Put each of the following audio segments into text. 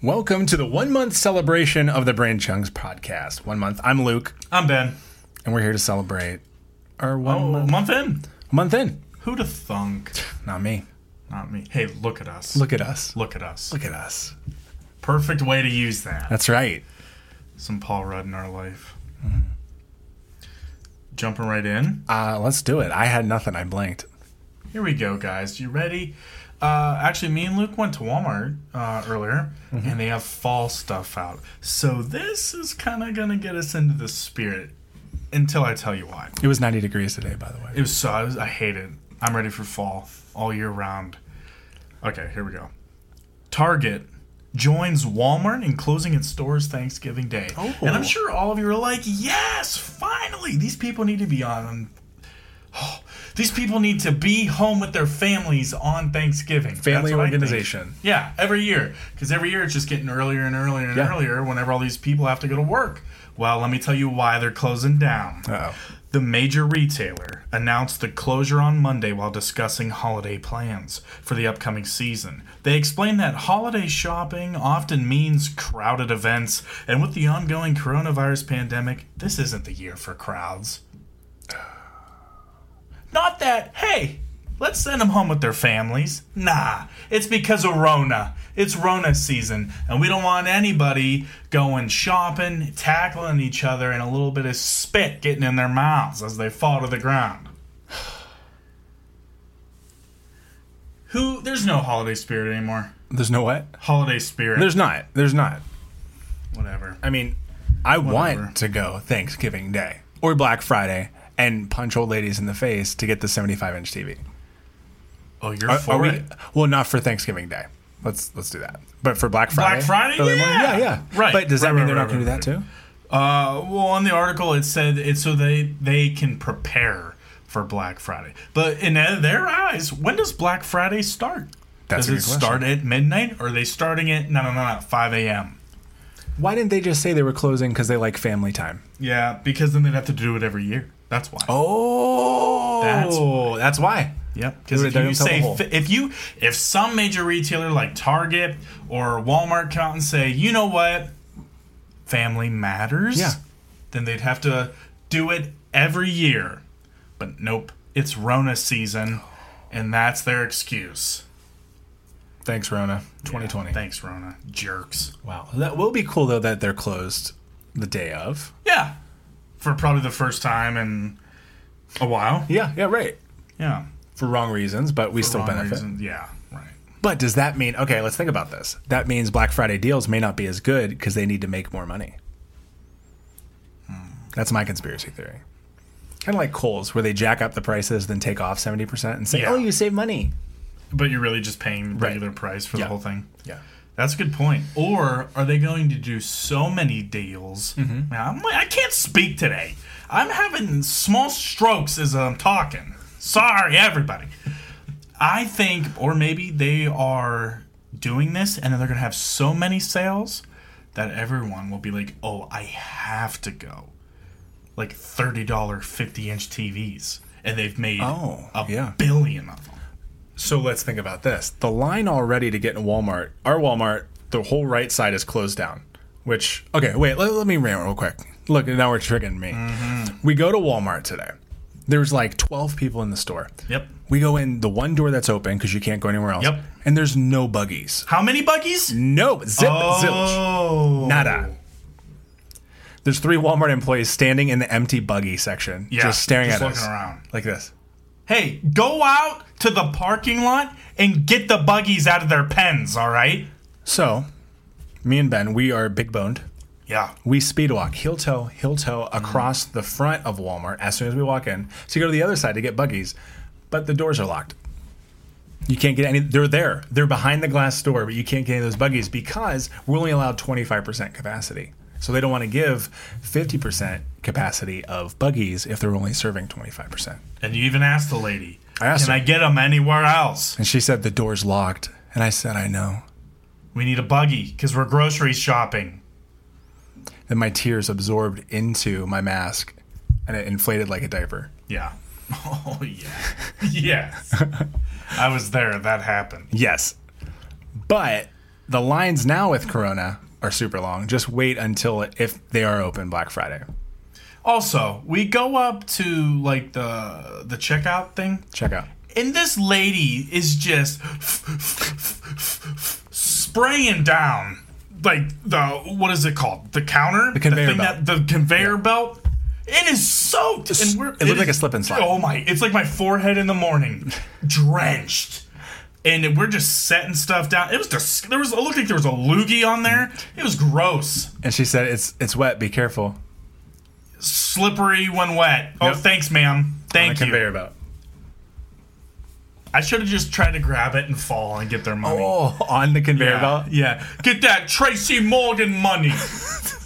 Welcome to the one month celebration of the Brain Chunks podcast. One month. I'm Luke, I'm Ben. and we're here to celebrate our one Oh, month. month in. month in. Who'd have thunk? Not me. Not me. Hey, look at us. Look at us. Look at us. Look at us. Perfect way to use that. That's right. Some Paul Rudd in our life. Mm-hmm. Jumping right in. Uh, let's do it. I had nothing. I blinked. Here we go, guys. You ready? Uh, actually, me and Luke went to Walmart uh, earlier, Mm-hmm. and they have fall stuff out. So this is kind of gonna get us into the spirit. Until I tell you why. It was 90 degrees today, by the way. It was so I, was, I hate it. I'm ready for fall all year round. Okay, here we go. Target joins Walmart in closing its stores Thanksgiving Day. Oh. And I'm sure all of you are like, "Yes, finally. These people need to be on oh, these people need to be home with their families on Thanksgiving. That's Family what I think. organization. Yeah, every year. Because every year it's just getting earlier and earlier and Yeah. earlier whenever all these people have to go to work. Well, let me tell you why they're closing down. Uh oh. The major retailer announced the closure on Monday while discussing holiday plans for the upcoming season. They explained that holiday shopping often means crowded events, and with the ongoing coronavirus pandemic, this isn't the year for crowds. Not that, hey, let's send them home with their families. Nah, it's because of Rona. It's Rona season, and we don't want anybody going shopping, tackling each other, and a little bit of spit getting in their mouths as they fall to the ground. Who? There's no holiday spirit anymore. There's no what? Holiday spirit. There's not. There's not. whatever. I mean, I Whatever. want to go Thanksgiving Day or Black Friday and punch old ladies in the face to get the 75 inch TV. Oh, you're Are- for are we- it. well, not for Thanksgiving Day. Let's let's do that. But for Black Friday. Black Friday? early morning- Yeah. yeah, yeah. Right. But does that Right, mean right, they're not right, going to do right, that too? Uh, well, on the article it said it's so they they can prepare for Black Friday. But in their eyes, when does Black Friday start? That's does a it good question. start at midnight? Or are they starting it? No, no, no, no, five a.m. Why didn't they just say they were closing because they like family time? Yeah, because then they'd have to do it every year. That's why. Oh, That's why. that's why. Yep. Because They would've if dug you themselves a say hole. fi- if you if some major retailer like Target or Walmart come out and say, you know what, family matters. Yeah. Then they'd have to do it every year. But nope, it's Rona season, and that's their excuse. Thanks, Rona. 2020. Thanks, Rona. Jerks. wow, that will be cool though that they're closed the day of. Yeah. For probably the first time in a while. Yeah, yeah, right. Yeah. For wrong reasons, but we still Wrong benefit. reason. Yeah. Right. But does that mean okay? Let's think about this. That means Black Friday deals may not be as good because they need to make more money. Hmm, That's my conspiracy theory. Kind of like Kohl's, where they jack up the prices, then take off seventy percent and say, Yeah. "Oh, you save money." But you're really just paying regular price for Yeah. the whole thing. Yeah, That's a good point. Or are they going to do so many deals? Mm-hmm. Now, I'm like, I can't speak today. I'm having small strokes as I'm talking. Sorry, everybody. I think, or maybe they are doing this and then they're going to have so many sales that everyone will be like, oh, I have to go. Like $30 50 inch TVs. And they've made Oh, a yeah. billion of them. So let's think about this. The line already to get in Walmart, our Walmart, the whole right side is closed down. Which, okay, wait, let, let me rant real quick. Look, now we're triggering me. We go to Walmart today. There's like 12 people in the store. Yep. We go in the one door that's open because you can't go anywhere else. Yep. And there's no buggies. How many buggies? No, zip, zilch, Oh. nada. There's three Walmart employees standing in the empty buggy section, Yeah, just staring just at looking us, around. like this. Hey, go out to the parking lot and get the buggies out of their pens, all right? So, me and Ben, we are big boned. Yeah. we speed walk heel toe heel toe across the front of Walmart as soon as we walk in to go to the other side to get buggies, but the doors are locked. You can't get any. They're there. They're behind the glass door, but you can't get any of those buggies because we're only allowed 25% capacity. So they don't want to give 50% capacity of buggies if they're only serving 25%. And you even asked the lady, I asked can I her. get them anywhere else? And she said the door's locked, and I said I know. We need a buggy because we're grocery shopping. Then my tears absorbed into my mask, and it inflated like a diaper. Yeah. Oh, yeah. yes. I was there. That happened. Yes. But The lines now with Corona are super long. Just wait until if they are open Black Friday. Also, we go up to like the the checkout thing, Check out. and this lady is just spraying down like the what is it called? The counter, the conveyor thing belt. That, the conveyor belt. It is soaked, and we're, it looked like a slip and slide. Oh my! It's like my forehead in the morning, drenched. And we're just setting stuff down. It was just, there was it looked like there was a loogie on there. It was gross And she said, "It's it's wet. Be careful." slippery when wet. Oh, Yep. thanks, ma'am. On a Thank you. conveyor belt. I should have just tried to grab it and fall and get their money. Oh, on the conveyor yeah. belt. yeah. Get that Tracy Morgan money.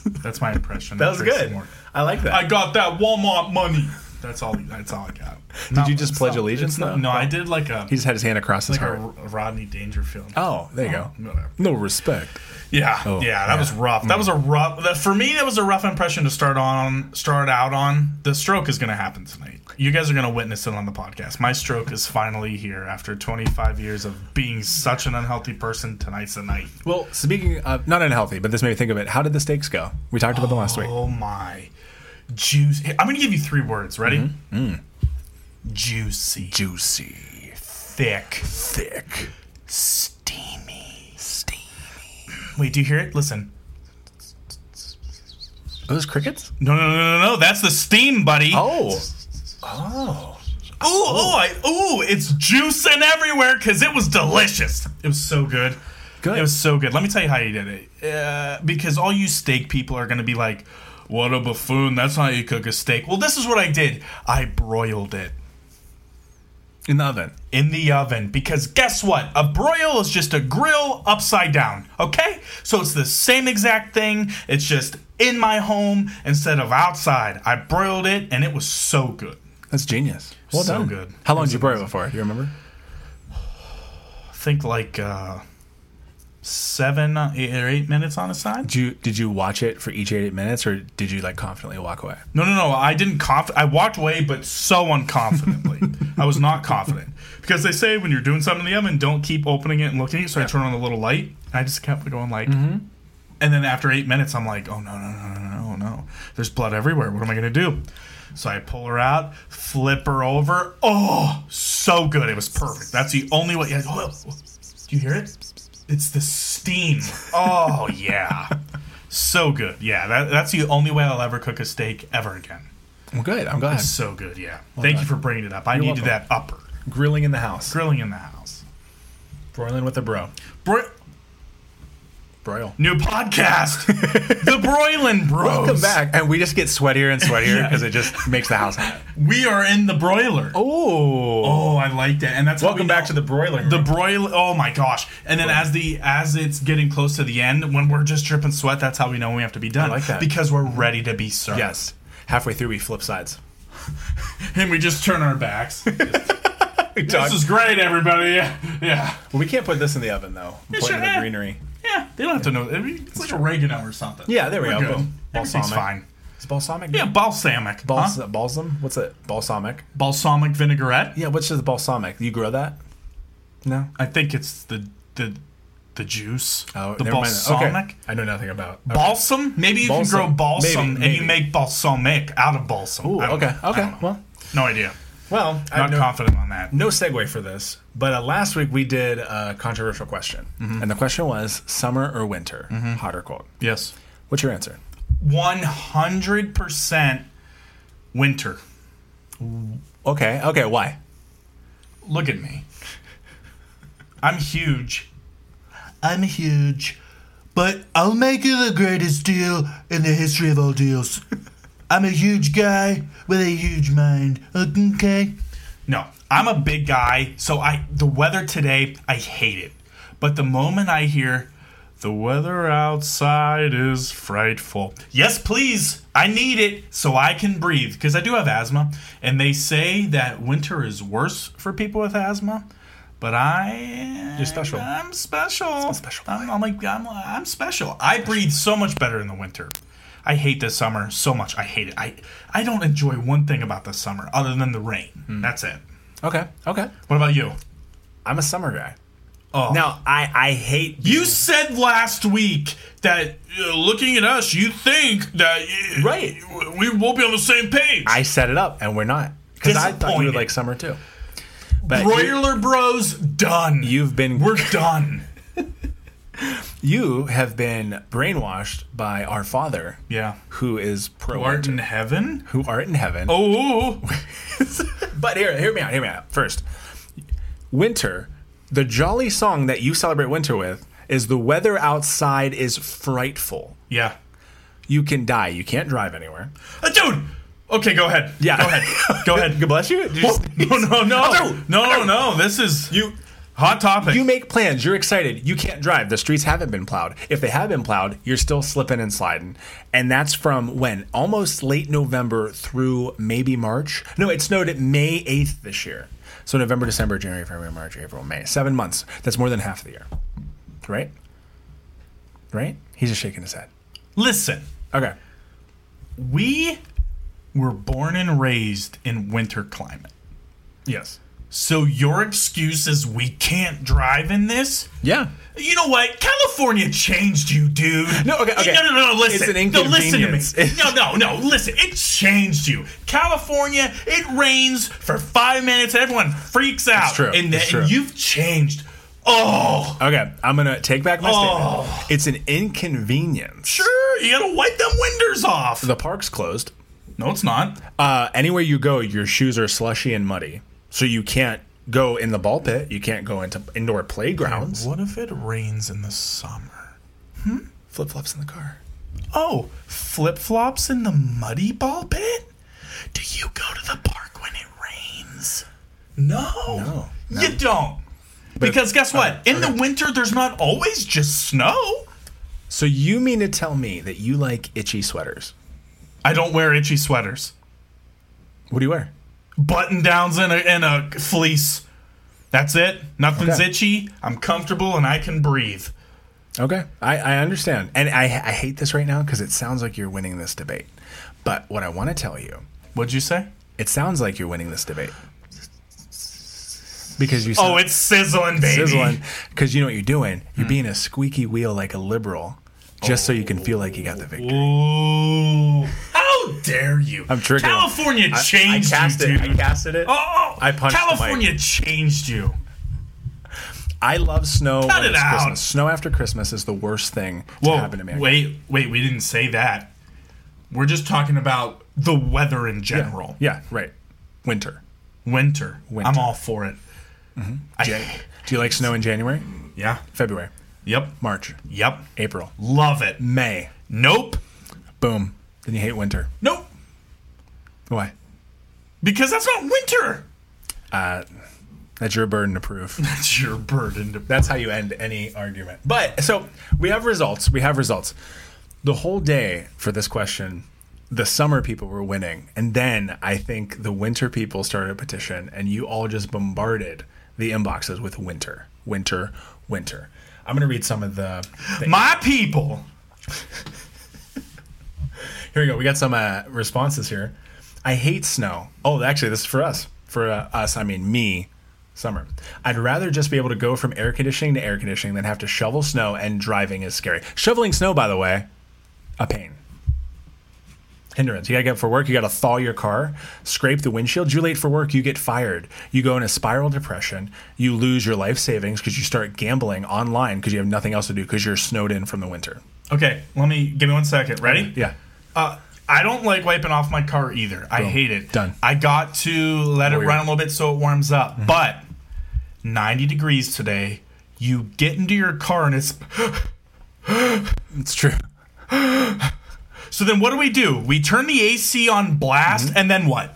That's my impression. That was Tracy good. Morgan. I like that. I got that Walmart money. That's all. That's all I got. Did you just pledge allegiance, though? No, I did like a he just had his hand across his like a heart. R- Rodney Dangerfield. oh, there you go. Whatever. No respect. Yeah, yeah, that was rough. Mm. That was a rough. That, for me, that was a rough impression to start on, start out on. The stroke is going to happen tonight. You guys are going to witness it on the podcast. My stroke is finally here after 25 years of being such an unhealthy person. Tonight's the night. Well, speaking of not unhealthy, but this made me think of it. How did the steaks go? We talked about them last week. Oh my, juice! I'm going to give you three words. Ready? Mm-hmm. Mm. Juicy, Juicy, thick, thick, steamy. steamy. Wait, do you hear it? Listen. Are those crickets? No, no, no, no, no. That's the steam, buddy. Oh, oh. Ooh, oh, I, ooh, it's juicing everywhere because it was delicious. It was so good. Good. It was so good. Let me tell you how you did it. Uh, because all you steak people are going to be like, what a buffoon. That's not how you cook a steak. Well, this is what I did I broiled it In the oven. in the oven because guess what? A broil is just a grill upside down, okay? So it's the same exact thing. It's just in my home instead of outside. I broiled it and it was so good. That's genius. Well So done. good. How long did you broil it for? Do you remember? think like uh seven uh, eight or eight minutes on a side Did you did you watch it for each eight minutes, or did you like confidently walk away? no no no i didn't conf- i walked away but so unconfidently i was not confident because they say when you're doing something in the oven don't keep opening it and looking at it so i turn on the little light and i just kept going like and then after eight minutes i'm like oh no no no no no no there's blood everywhere what am i gonna do so I pull her out, flip her over. Oh, so good. It was perfect. That's the only way. Yeah, oh, do you hear it? It's the steam. Oh, yeah. So good. Yeah, that, that's the only way I'll ever cook a steak ever again. Well, good. I'm glad. So good, yeah. Thank you for bringing it up. I needed welcome. that upper. Grilling in the house. Grilling in the house. Broiling with a bro. Bro- Broil. New podcast. the Broilin Bros. Welcome back, and we just get sweatier and sweatier because it just makes the house hot. We are in the broiler. Oh, Oh, I like that. And that's how welcome we back know- to the broiling. The room. broil oh my gosh. And then as the as it's getting close to the end, when we're just dripping sweat, that's how we know we have to be done. I like that. Because we're ready to be served. yes. Halfway through, we flip sides. And we just turn our backs. this We talk- is great, everybody. Yeah. Yeah. well, we can't put this in the oven though. Put it sure, in the eh. greenery. Yeah. They don't have to know. I mean, It's like oregano or something. Yeah, there we go. We're Good. Boom. Everything's Balsamic. fine. It's balsamic. Yeah, balsamic. Bals- huh? balsam. What's it? Balsamic. Balsamic vinaigrette. Yeah. What's the balsamic? You grow that? No. I think it's the the the juice. the Oh, never mind. balsamic. Okay. I know nothing about. Balsam? Maybe you Balsam. can grow balsam Maybe, and you maybe. make balsamic out of balsam. Ooh, I don't okay. know. I Okay. don't know. Well, No idea. well, I Not know- confident on that. no segue for this, but uh, last week we did a controversial question, Mm-hmm. and the question was summer or winter, hot or cold. Yes. What's your answer? 100% winter. Okay, okay, why? Look at me. I'm huge. I'm huge. But I'll make you the greatest deal in the history of all deals. I'm a huge guy with a huge mind. Okay. No, I'm a big guy, so I the weather today, I hate it. But the moment I hear the weather outside is frightful. Yes, please. I need it so I can breathe because I do have asthma, and they say that winter is worse for people with asthma. But I You're special. I'm special. special I'm, I'm like I'm, I'm special. I breathe so much better in the winter. I hate this summer so much. I hate it. I I don't enjoy one thing about this summer Hmm. other than the rain. That's it. Okay, okay. What about you? I'm a summer guy. Oh. Now I I hate You said last week that uh, looking at us, you think that uh, Right. we won't be on the same page. I set it up and we're not because I thought you Disappointed. would like summer too. But you, Broiler Bros done. you've been We're done. you have been brainwashed by our Father, yeah. who is pro Art in heaven? who art in heaven. Oh. But here, hear me out. Hear me out. First, winter, the jolly song that you celebrate winter with is "The weather outside is frightful. Yeah. You can die. You can't drive anywhere." Uh, dude. Okay, go ahead. Yeah. Go ahead. Go ahead. God bless you. Did you just- no, no, no. Andrew! No, no. This is you hot topic. You make plans. You're excited. You can't drive. The streets haven't been plowed. If they have been plowed, you're still slipping and sliding. And that's from when? Almost late November through maybe March. No, it snowed at May 8th this year. So November, December, January, February, March, April, May. Seven months. That's more than half the year. Right? Right? He's just shaking his head. Listen. Okay. We were born and raised in winter climate. Yes. So your excuse is we can't drive in this? Yeah. You know what? California changed you, dude. No, okay, okay. No, no, no, no, listen. It's an no, listen to me. inconvenience. No, no, no, listen. It changed you. California, it rains for five minutes. Everyone freaks out. true, And, it's true. then you've changed. Oh, Okay. I'm going to take back my Oh. statement. It's an inconvenience. sure. You got to wipe them windows off. The park's closed. No, it's not. Uh, anywhere you go, your shoes are slushy and muddy, so you can't go in the ball pit. You can't go into indoor playgrounds. What if it rains in the summer? Flip flops Hmm? in the car. Oh, flip flops in the muddy ball pit? Do you go to the park when it rains? No. No, no. You don't. because guess what? in the winter, there's not always just snow. So you mean to tell me that you like itchy sweaters? I don't wear itchy sweaters, What do you wear? button downs, and a, and a fleece. That's it. Nothing's Okay. itchy. I'm comfortable and I can breathe. Okay, I, I understand, and I, I hate this right now because it sounds like you're winning this debate. But what I want to tell you, What'd you say? it sounds like you're winning this debate because you. Oh, it's sizzling, baby. sizzling because you know what you're doing. Hmm. You're being a squeaky wheel like a liberal, just so you can feel like you got the victory. Ooh. How dare you? I'm triggered. California changed you, dude. casted it. Oh, I punched the mic. California changed you. I love snow. Cut when it it's out. Christmas. Snow after Christmas is the worst thing to Whoa, happen to me. wait, wait, we didn't say that. We're just talking about the weather in general. Yeah, right. Winter. Winter. Winter. Mm-hmm. I'm all for it. Jan- I, Do you like snow in January, yeah. February, Yep. March, Yep. April, Love it. May? Nope. Boom. Then you hate winter. Nope. Why? Because that's not winter. That's your burden to prove. That's your burden to. That's how you end any argument. But so we have results. We have results. The whole day for this question, the summer people were winning. And then I think the winter people started a petition, and you all just bombarded the inboxes with winter, winter, winter. I'm going to read some of the. the- My people. Here we go. We got some uh, responses here. I hate snow. Oh, actually, this is for us. For uh, us, I mean me, summer. I'd rather just be able to go from air conditioning to air conditioning than have to shovel snow, and driving is scary. Shoveling snow, by the way, a pain. Hindrance. You got to get up for work. You got to thaw your car, scrape the windshield. You're late for work. You get fired. You go in a spiral depression. You lose your life savings because you start gambling online because you have nothing else to do because you're snowed in from the winter. Okay, let me give me one second. Ready? Yeah. Uh, I don't like wiping off my car either. I hate it. Done. I got to let it Warrior. Mm-hmm. run a little bit so it warms up. But 90 degrees today, you get into your car and it's. It's true. So then what do we do? We turn the AC on blast Mm-hmm. and then what?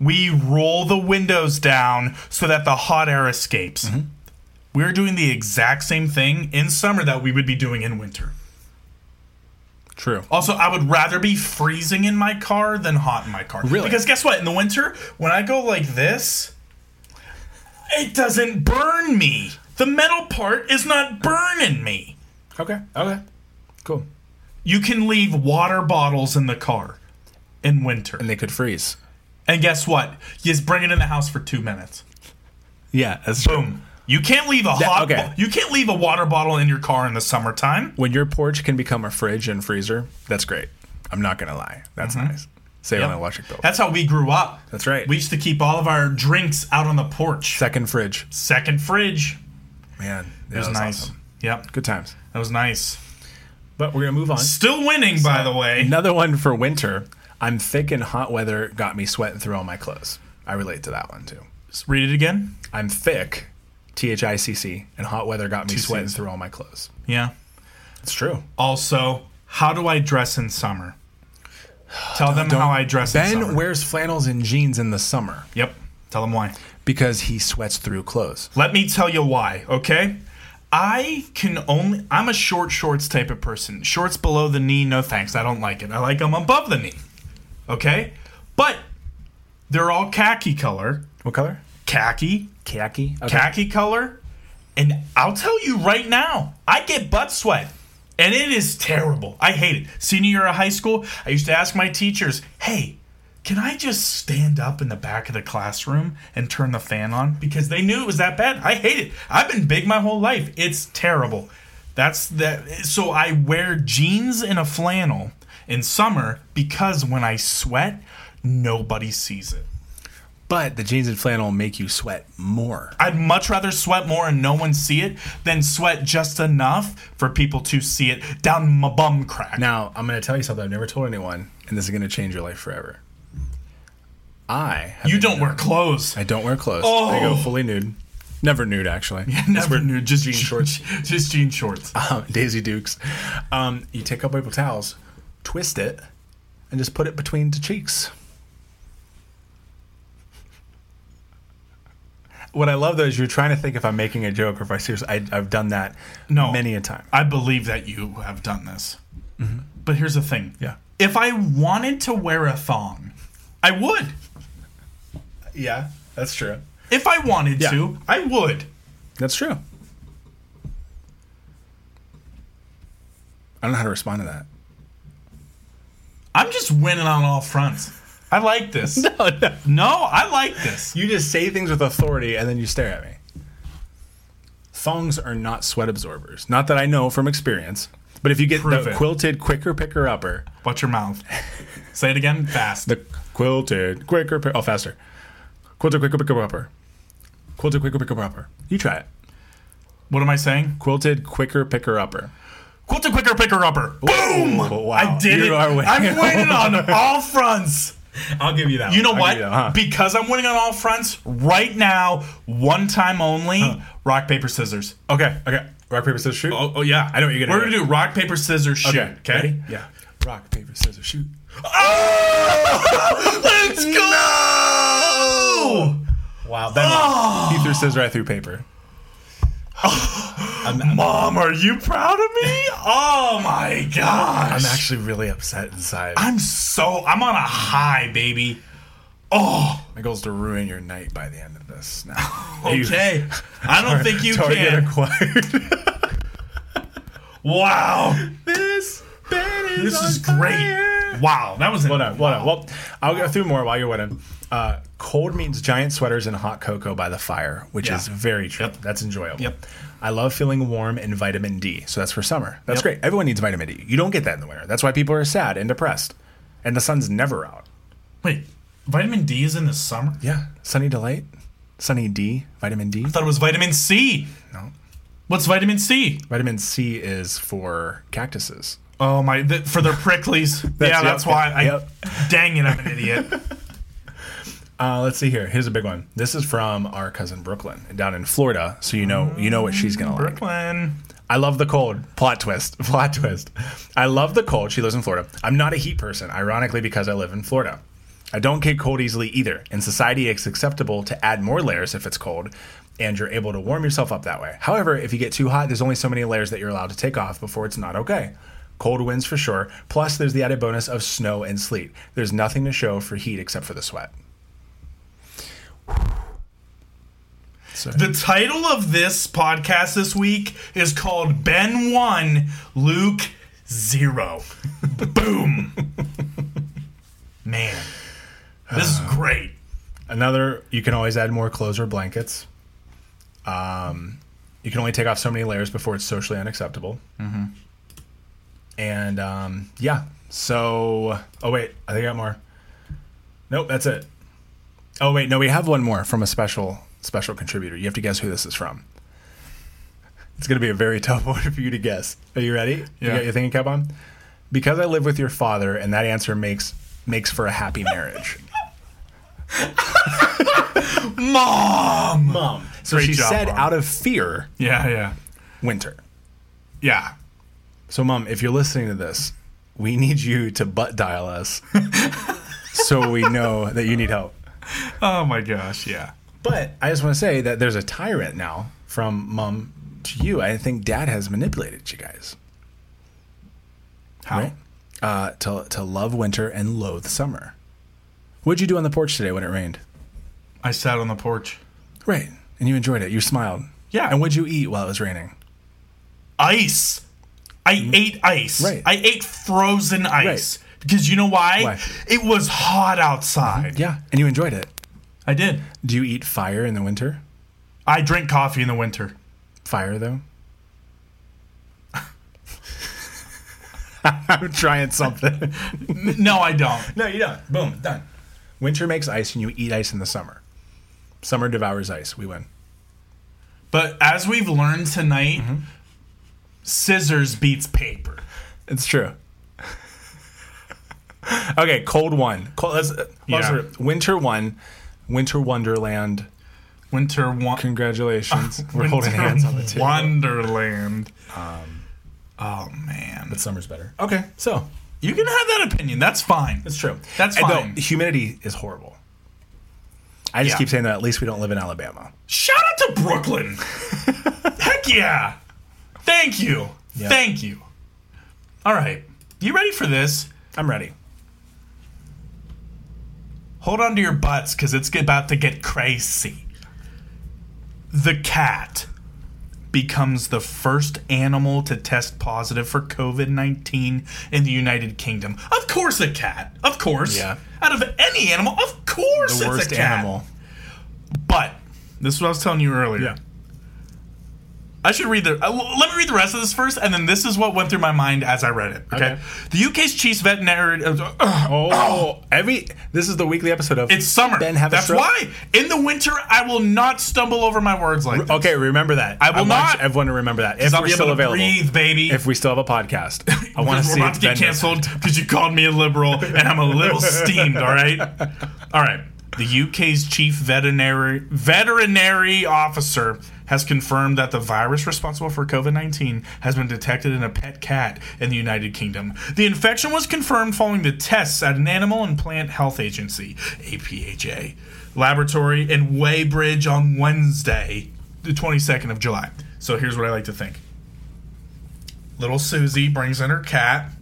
We roll the windows down so that the hot air escapes. Mm-hmm. We're doing the exact same thing in summer that we would be doing in winter. True. Also, I would rather be freezing in my car than hot in my car. Really? Because guess what? In the winter, when I go like this, it doesn't burn me. The metal part is not burning me. Okay. Okay. Cool. You can leave water bottles in the car in winter. And they could freeze. And guess what? You just bring it in the house for two minutes. Yeah, that's Boom. You can't leave a hot. okay. bo- you can't leave a water bottle in your car in the summertime. When your porch can become a fridge and freezer, that's great. I'm not gonna lie. That's nice. Save on Yep. the electric bill. That's how we grew up. That's right. We used to keep all of our drinks out on the porch. Second fridge. Second fridge. Man, that It was, nice. awesome. Yep, Good times. that was nice. But we're gonna move on. Still winning, by the way. Another one for winter. I'm thick and hot weather got me sweating through all my clothes. I relate to that one too. Read it again. I'm thick, T H I C C, and hot weather got me C's. sweating through all my clothes. Yeah. It's true. Also, how do I dress in summer? Tell them how I dress in summer. Ben wears flannels and jeans in the summer yep. Tell them why. because he sweats through clothes. Let me tell you why, okay? I can only I'm a short shorts type of person. Shorts below the knee, no thanks. I don't like it. I like them above the knee. Okay? But they're all khaki color. What color? Khaki, Khaki. Okay. khaki color. And I'll tell you right now, I get butt sweat. And it is terrible. I hate it. Senior year of high school, I used to ask my teachers, hey, can I just stand up in the back of the classroom and turn the fan on? Because they knew it was that bad. I hate it. I've been big my whole life. It's terrible. That's that. So I wear jeans and a flannel in summer because when I sweat, nobody sees it. But the jeans and flannel make you sweat more. I'd much rather sweat more and no one see it than sweat just enough for people to see it down my bum crack. Now, I'm going to tell you something I've never told anyone, and this is going to change your life forever. I have you been don't known- wear clothes. I don't wear clothes. Oh. I go fully nude. Never nude, actually. Never knew. Just jean shorts. Just jean shorts. um, Daisy Dukes. Um, you take a couple towels, twist it, and just put it between the cheeks. What I love though is you're trying to think if I'm making a joke or if I seriously I, I've done that No. many a time. I believe that you have done this. But here's the thing. Yeah. If I wanted to wear a thong, I would. Yeah, that's true. If I wanted Yeah. to, I would. That's true. I don't know how to respond to that. I'm just winning on all fronts. I like this. no, no. I like this. You just say things with authority and then you stare at me. Thongs are not sweat absorbers. Not that I know from experience. But if you get Prove the it. quilted quicker picker upper, Watch your mouth. Say it again fast. the quilted quicker picker, oh, faster. Quilted quicker picker upper. Quilted quicker picker upper. You try it. What am I saying? Quilted quicker picker upper. Quilter quicker picker upper. Boom! wow. I did You it. are winning. I'm winning on all fronts. I'll give you that. You know what? huh? Because I'm winning on all fronts right now, one time only. Rock paper scissors. Okay, okay. Rock paper scissors shoot. Oh, oh yeah, I know what you're gonna We're do. gonna do rock paper scissors shoot. okay, Okay. ready? Yeah. Rock paper scissors shoot. Oh! Let's go! Wow, that he threw scissors. I threw paper. Mom, are you proud of me? Oh my gosh! I'm actually really upset inside. I'm so I'm on a high, baby. Oh, My goal is to ruin your night by the end of this. Now, okay. I don't think you Target can. acquired. Wow. this bed is This on is great. fire. Wow, that was an, Well done, well done. Well, I'll go through more while you're winning. Uh, cold means giant sweaters and hot cocoa by the fire, which Yeah. is very true. Yep. That's enjoyable. Yep. I love feeling warm and vitamin D. So that's for summer. That's Yep. great. Everyone needs vitamin D. You don't get that in the winter. That's why people are sad and depressed. And the sun's never out. Wait, vitamin D is in the summer? I Yeah. Sunny delight. Sunny D. Vitamin D. thought it was vitamin C. No. What's vitamin C? Vitamin C is for cactuses. Oh my! Th- for their pricklies. yeah, yep, that's why. I, yep. Dang it, I'm an idiot. Uh, let's see here. Here's a big one. This is from our cousin Brooklyn down in Florida, so you know you know what she's gonna like. Brooklyn. I love the cold. Plot twist. Plot twist. I love the cold. She lives in Florida. I'm not a heat person, ironically, because I live in Florida. I don't get cold easily either. In society, it's acceptable to add more layers if it's cold, and you're able to warm yourself up that way. However, if you get too hot, there's only so many layers that you're allowed to take off before it's not okay. Cold winds for sure. Plus, there's the added bonus of snow and sleet. There's nothing to show for heat except for the sweat. So, The title of this podcast this week is called Ben One, Luke Zero. Boom. Man, this is great. another, you can always add more clothes or blankets. Um, you can only take off so many layers before it's socially unacceptable. Mm-hmm. And um, yeah, so oh wait, I think I got more. Nope, that's it. Oh wait, no, we have one more from a special special contributor. You have to guess who this is from. It's gonna be a very tough one for you to guess. Are you ready? You Yeah. got your thinking cap on? Because I live with your father, and that answer makes makes for a happy marriage. Mom. Mom. So Great she job, said Mom. out of fear, Yeah, yeah, winter. yeah. So, mom, if you're listening to this, we need you to butt dial us so we know that you need help. Oh my gosh, yeah. But I just want to say that there's a tyrant now from mom to you. I think dad has manipulated you guys, How? right? Uh, to, to love winter and loathe summer. What'd you do on the porch today when it rained? I sat on the porch. Right. And you enjoyed it. You smiled. Yeah. And what'd you eat while it was raining? Ice. I ate ice. Mm-hmm. Right. I ate frozen ice. Because you know why? Why? Mm-hmm. It was hot outside. Yeah. And you enjoyed it. I did. Do you eat fire in the winter? I drink coffee in the winter. Fire though. I'm trying something. N- No, I don't. no, you don't. Boom, done. Winter makes ice, and you eat ice in the summer. Summer devours ice. We win. But as we've learned tonight, Mm-hmm. scissors beats paper. It's true. okay, cold one. Cold, let's, let's- Yeah. Winter one. Winter Wonderland. Winter one. Congratulations. We're Winter holding hands on Um, the table. Wonderland. oh man. Summer's better. Okay, so You can have that opinion. That's fine. it's true. That's And fine. Though, humidity is horrible. I just Yeah. keep saying that. At least we don't live in Alabama. Shout out to Brooklyn. Heck yeah. Thank you. Yeah. Thank you. All right. You ready for this? I'm ready. Hold on to your butts because it's about to get crazy. The cat becomes the first animal to test positive for COVID 19 in the United Kingdom. Of course, a cat. Of course. Yeah. Out of any animal, of course, the it's worst a cat. animal. But this is what I was telling you earlier. I should read the. Uh, l- let me read the rest of this first, and then this is what went through my mind as I read it. Okay. Okay. The UK's chief veterinary. uh, uh, Oh, every this is the weekly episode of it's summer. Ben have a That's stroke. why in the winter I will not stumble over my words like this. Okay, remember that. I will want not. everyone to remember that. If I'll Oh, we're be able still to available, breathe, baby. if we still have a podcast, I want to we're see about if to get Ben- canceled because you called me a liberal and I'm a little steamed. All right, all right. The UK's chief veterinary veterinary officer has confirmed that the virus responsible for COVID-19 has been detected in a pet cat in the United Kingdom. The infection was confirmed following the tests at an animal and plant health agency (APHA) laboratory in Weybridge on Wednesday, the 22nd of July. So here's what I like to think little Susie brings in her cat.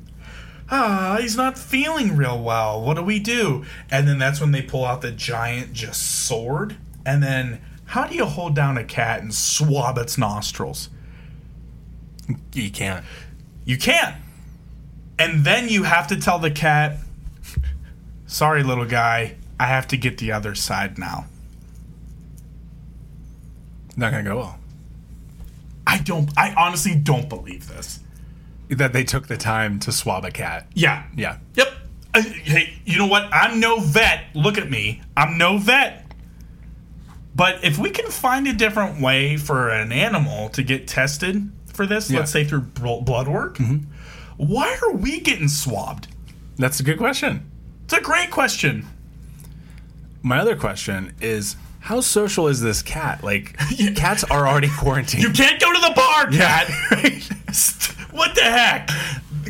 Ah, he's not feeling real well. What do we do? And then that's when they pull out the giant just sword. And then how do you hold down a cat and swab its nostrils? You can't. You can't. And then you have to tell the cat, "Sorry, little guy, I have to get the other side now." Not gonna go well. I don't. I honestly don't believe this. That they took the time to swab a cat. Yeah. Yeah. Yep. Uh, hey, you know what? I'm no vet. Look at me. I'm no vet. But if we can find a different way for an animal to get tested for this, let's say through bl- blood work, why are we getting swabbed? That's a good question. It's a great question. My other question is how social is this cat? Like cats are already quarantined. You can't go to the bar, Yeah. cat. what the heck?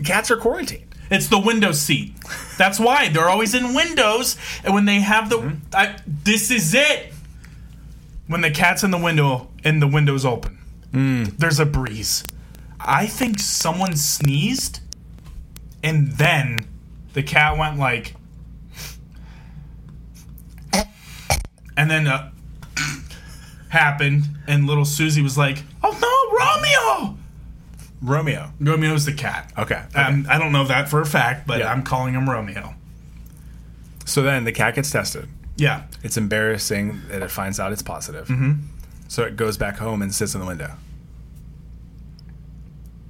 cats are quarantined. It's the window seat. That's why they're always in windows, and when they have the, I, this is it. When the cat's in the window and the window's open, there's a breeze. I think someone sneezed, and then the cat went like, and then uh, happened, and little Susie was like, "Oh no, Romeo!" Romeo. Romeo's the cat. Okay. Um, I don't know that for a fact, but Yeah. I'm calling him Romeo. so then the cat gets tested. Yeah. It's embarrassing that it finds out it's positive. so it goes back home and sits in the window.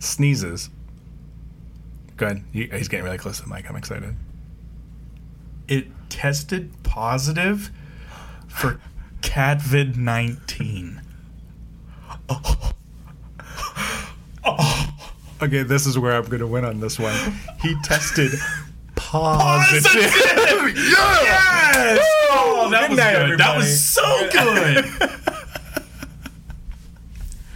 Sneezes. Go ahead. He- He's getting really close to the mic. I'm excited. It tested positive for catvid 19. Okay, this is where I'm going to win on this one. He tested positive. Yes! Oh, that Good was night, good. That everybody. was so good.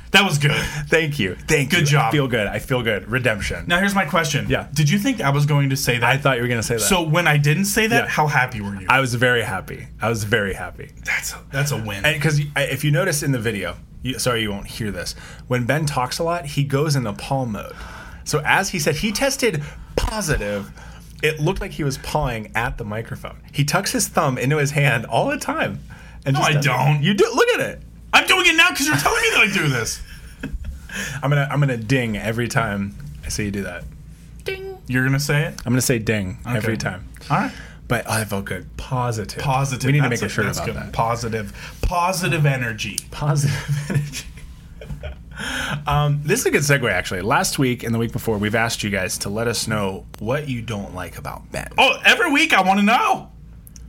that was good. Thank you. Thank Good you. I job. feel good. I feel good. Redemption. Now here's my question. Yeah. Did you think I was going to say that? I thought you were going to say that. so when I didn't say that, Yeah. how happy were you? I was very happy. I was very happy. that's a, that's a win. Because if you notice in the video, you, sorry, you won't hear this. When Ben talks a lot, he goes into paw mode. So as he said, he tested positive. It looked like he was pawing at the microphone. He tucks his thumb into his hand all the time. And No, I does it. don't. You do. Look at it. I'm doing it now because you're telling me that I do this. I'm gonna I'm gonna ding every time I see you do that. You're gonna say it. I'm gonna say ding every time. All right. But oh, I felt good. Positive. Positive. We need That's to make a shirt that's about good. that. Positive. Positive energy. positive energy. um, this is a good segue, actually. Last week and the week before, we've asked you guys to let us know what you don't like about Ben. Oh, every week I want to know.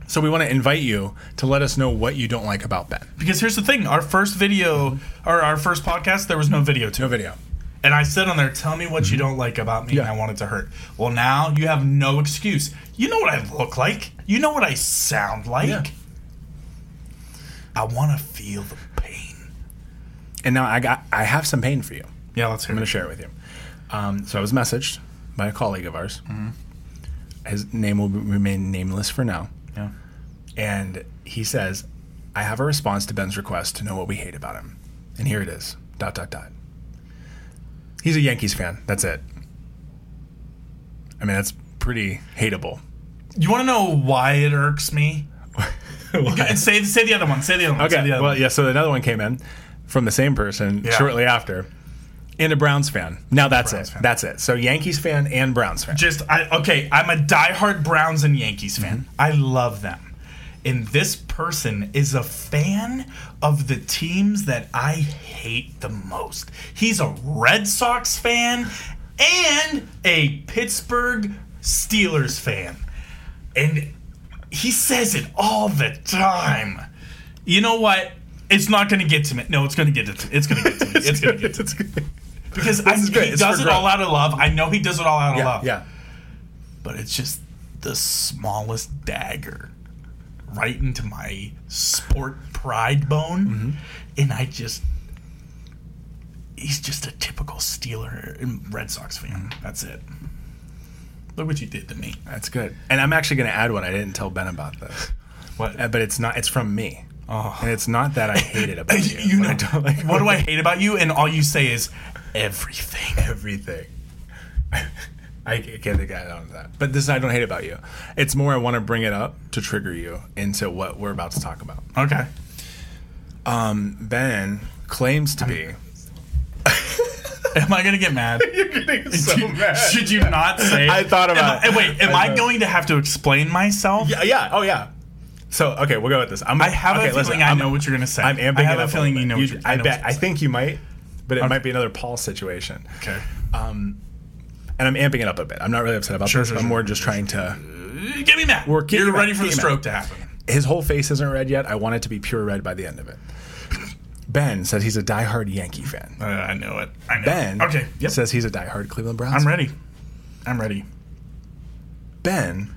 So we want to invite you to let us know what you don't like about Ben. Because here's the thing: our first video, or our first podcast, there was no video to No it. video. And I said on there, tell me what you don't like about me, and Yeah. I want it to hurt. Well, now you have no excuse. You know what I look like. You know what I sound like. Yeah. I want to feel the pain. And now I got I have some pain for you. Yeah, let's hear I'm going it. to share it with you. Um, so I was messaged by a colleague of ours. His name will remain nameless for now. Yeah. And he says, I have a response to Ben's request to know what we hate about him. And here it is dot, dot, dot. He's a Yankees fan. That's it. I mean, that's pretty hateable. You want to know why it irks me? Okay, say, say the other one. Say the other one. Say Okay. the other Well, one. yeah. So another one came in from the same person Yeah. shortly after, and a Browns fan. Now that's Browns it. fan. That's it. So Yankees fan and Browns fan. Just I okay. I'm a diehard Browns and Yankees fan. Mm-hmm. I love them. And this person is a fan of the teams that I hate the most. He's a Red Sox fan and a Pittsburgh Steelers fan. And he says it all the time. You know what? It's not going to get to me. No, it's going to get to It's going to get to me. It's going to get to me. Because I, is great. he It's does for it all growth. out of love. I know he does it all out of yeah. love Yeah. but it's just the smallest dagger right into my sport pride bone and i just he's just a typical steeler and red sox fan that's it look what you did to me That's good. And I'm actually going to add one. I didn't tell Ben about this, what Uh, but it's not. It's from me, oh and it's not that I hate it about you. you but know I don't like what do i hate about you and all you say is everything everything. I can't think I don't know that. But this is I don't hate about you. It's more I want to bring it up to trigger you into what we're about to talk about. Um, okay Ben claims to be. am i gonna get mad You're getting should you not say it? I thought about am it. I, wait am I i, know. going to have to explain myself Yeah, yeah. Oh, yeah. So okay, we'll go with this. I'm, I have okay, a feeling I I'm- know what you're gonna say. I'm amping I have it a up feeling little you know. bit. what you're, I, know bet. what I think you might, but it might be another Paul situation. you're- okay. And I'm amping it up a bit. I'm not really upset about Sure, this. sure, I'm sure. more just trying to. You Get me mad. We're getting You're mad. ready for the Getting stroke to happen. his whole face isn't red yet. I want it to be pure red by the end of it. Ben says he's a diehard Yankee fan. Uh, I know it. I know. Ben it. Okay. Yep. says he's a diehard Cleveland Browns. I'm fan. ready. I'm ready. Ben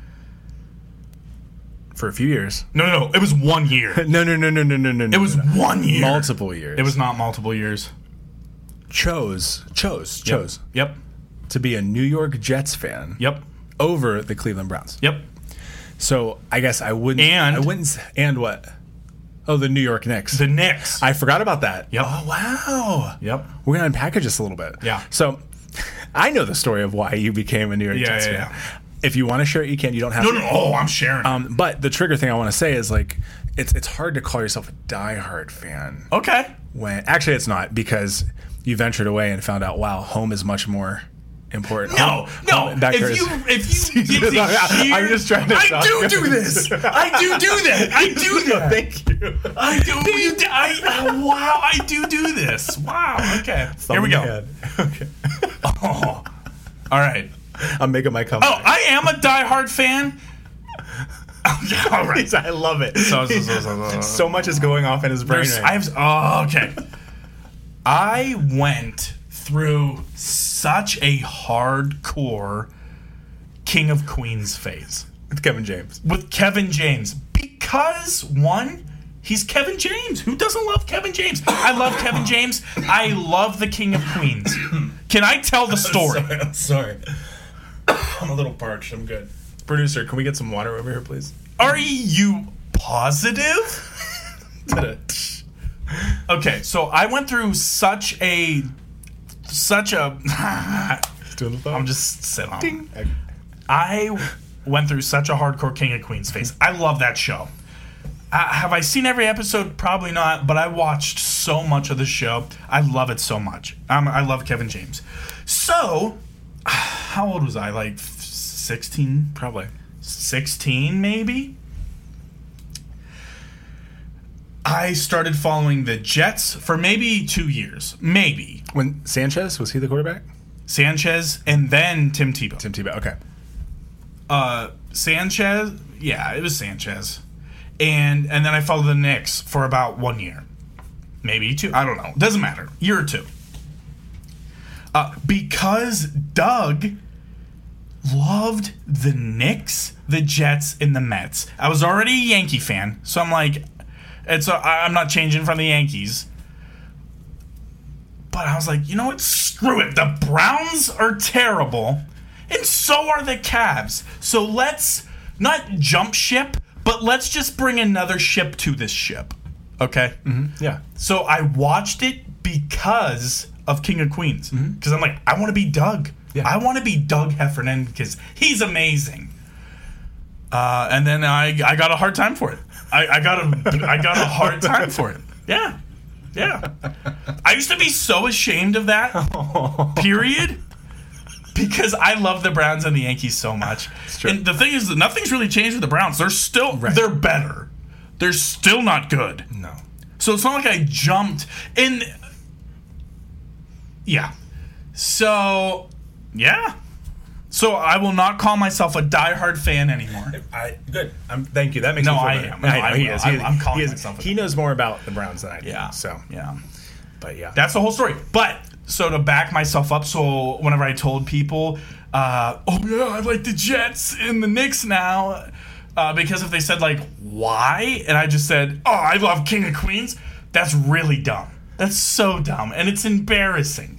for a few years. No, no, no. It was one year. No, no, no, no, no, no, no. It was one year. multiple years. It was not multiple years. chose, chose, chose Yep. to be a New York Jets fan Yep. over the Cleveland Browns. Yep. So I guess I wouldn't. And- I wouldn't. s- And what? Oh, the New York Knicks. The Knicks. I forgot about that. Yep. Oh wow. yep. We're gonna unpackage this a little bit. Yeah. So, I know the story of why you became a New York Yeah, Jets yeah, fan. If you want to share it, you can. You don't have No, to. no. no. Oh, I'm sharing. Um, but the trigger thing I want to say is like, it's it's hard to call yourself a diehard fan okay. when actually it's not because you ventured away and found out wow home is much more important. No, no. Back If to you, his- if you give the I'm sheer, just trying to I stop do you. do this. I do do that. I do that. Thank you. I do. You, do- I, oh, wow. I do do this. Wow. Okay. Here we go. Okay. Oh. All right. I'm making my comeback. Oh, I am a diehard fan. Oh, yeah, all right. I love it. So, so, so, so, so. So much is going off in his brain. There's- right I have. Oh, okay. I went through such a hardcore King of Queens phase now. It's Kevin James. with Kevin James because one, he's Kevin James. Who doesn't love Kevin James? I love Kevin James. I love the King of Queens. Can I tell the story? Sorry, I'm sorry. I'm a little parched. I'm good. Producer, can we get some water over here, please? Are you positive? Okay, so I went through such a such a Doing the phone. I'm just sit on. it. Okay. I went through such a hardcore King of Queens phase. I love that show. Uh, have I seen every episode? Probably not, but I watched so much of the show. I love it so much. Um, I love Kevin James. So, how old was I? Like 16, Probably. 16 maybe i started following the jets for maybe two years maybe When Sanchez was he the quarterback? sanchez and then tim tebow Tim Tebow. Okay. uh sanchez yeah it was sanchez and and then i followed the knicks for about one year maybe two i don't know doesn't matter year or two uh, because doug loved the Knicks, the Jets, and the Mets. I was already a Yankee fan, so I'm like, it's a, I- I'm not changing from the Yankees. But I was like, you know what? Screw it. The Browns are terrible, and so are the Cavs. So let's not jump ship, but let's just bring another ship to this ship. Okay. Yeah. So I watched it because of King of Queens. Because I'm like, I want to be Doug. Mm-hmm. Yeah. I want to be Doug Heffernan because he's amazing. Uh, and then I, I got a hard time for it. I, I got a I got a hard time for it. Yeah, yeah. I used to be so ashamed of that period because I love the Browns and the Yankees so much. true. And the thing is, that nothing's really changed with the Browns. They're still they're better. They're still not good. No. So it's not like I jumped in. Yeah. So, yeah. So I will not call myself a diehard fan anymore. I good. I'm, thank you. That makes No, me feel I better. am. No, I know I he will. is. I'm- He, I'm calling he is- myself a- He knows more about the Browns than I do. Yeah. So, Yeah. but yeah. That's the whole story. But so to back myself up, so whenever I told people, uh, oh yeah, I like the Jets and the Knicks now, uh, because if they said like why, and I just said, oh, I love King of Queens, that's really dumb. That's so dumb, and it's embarrassing.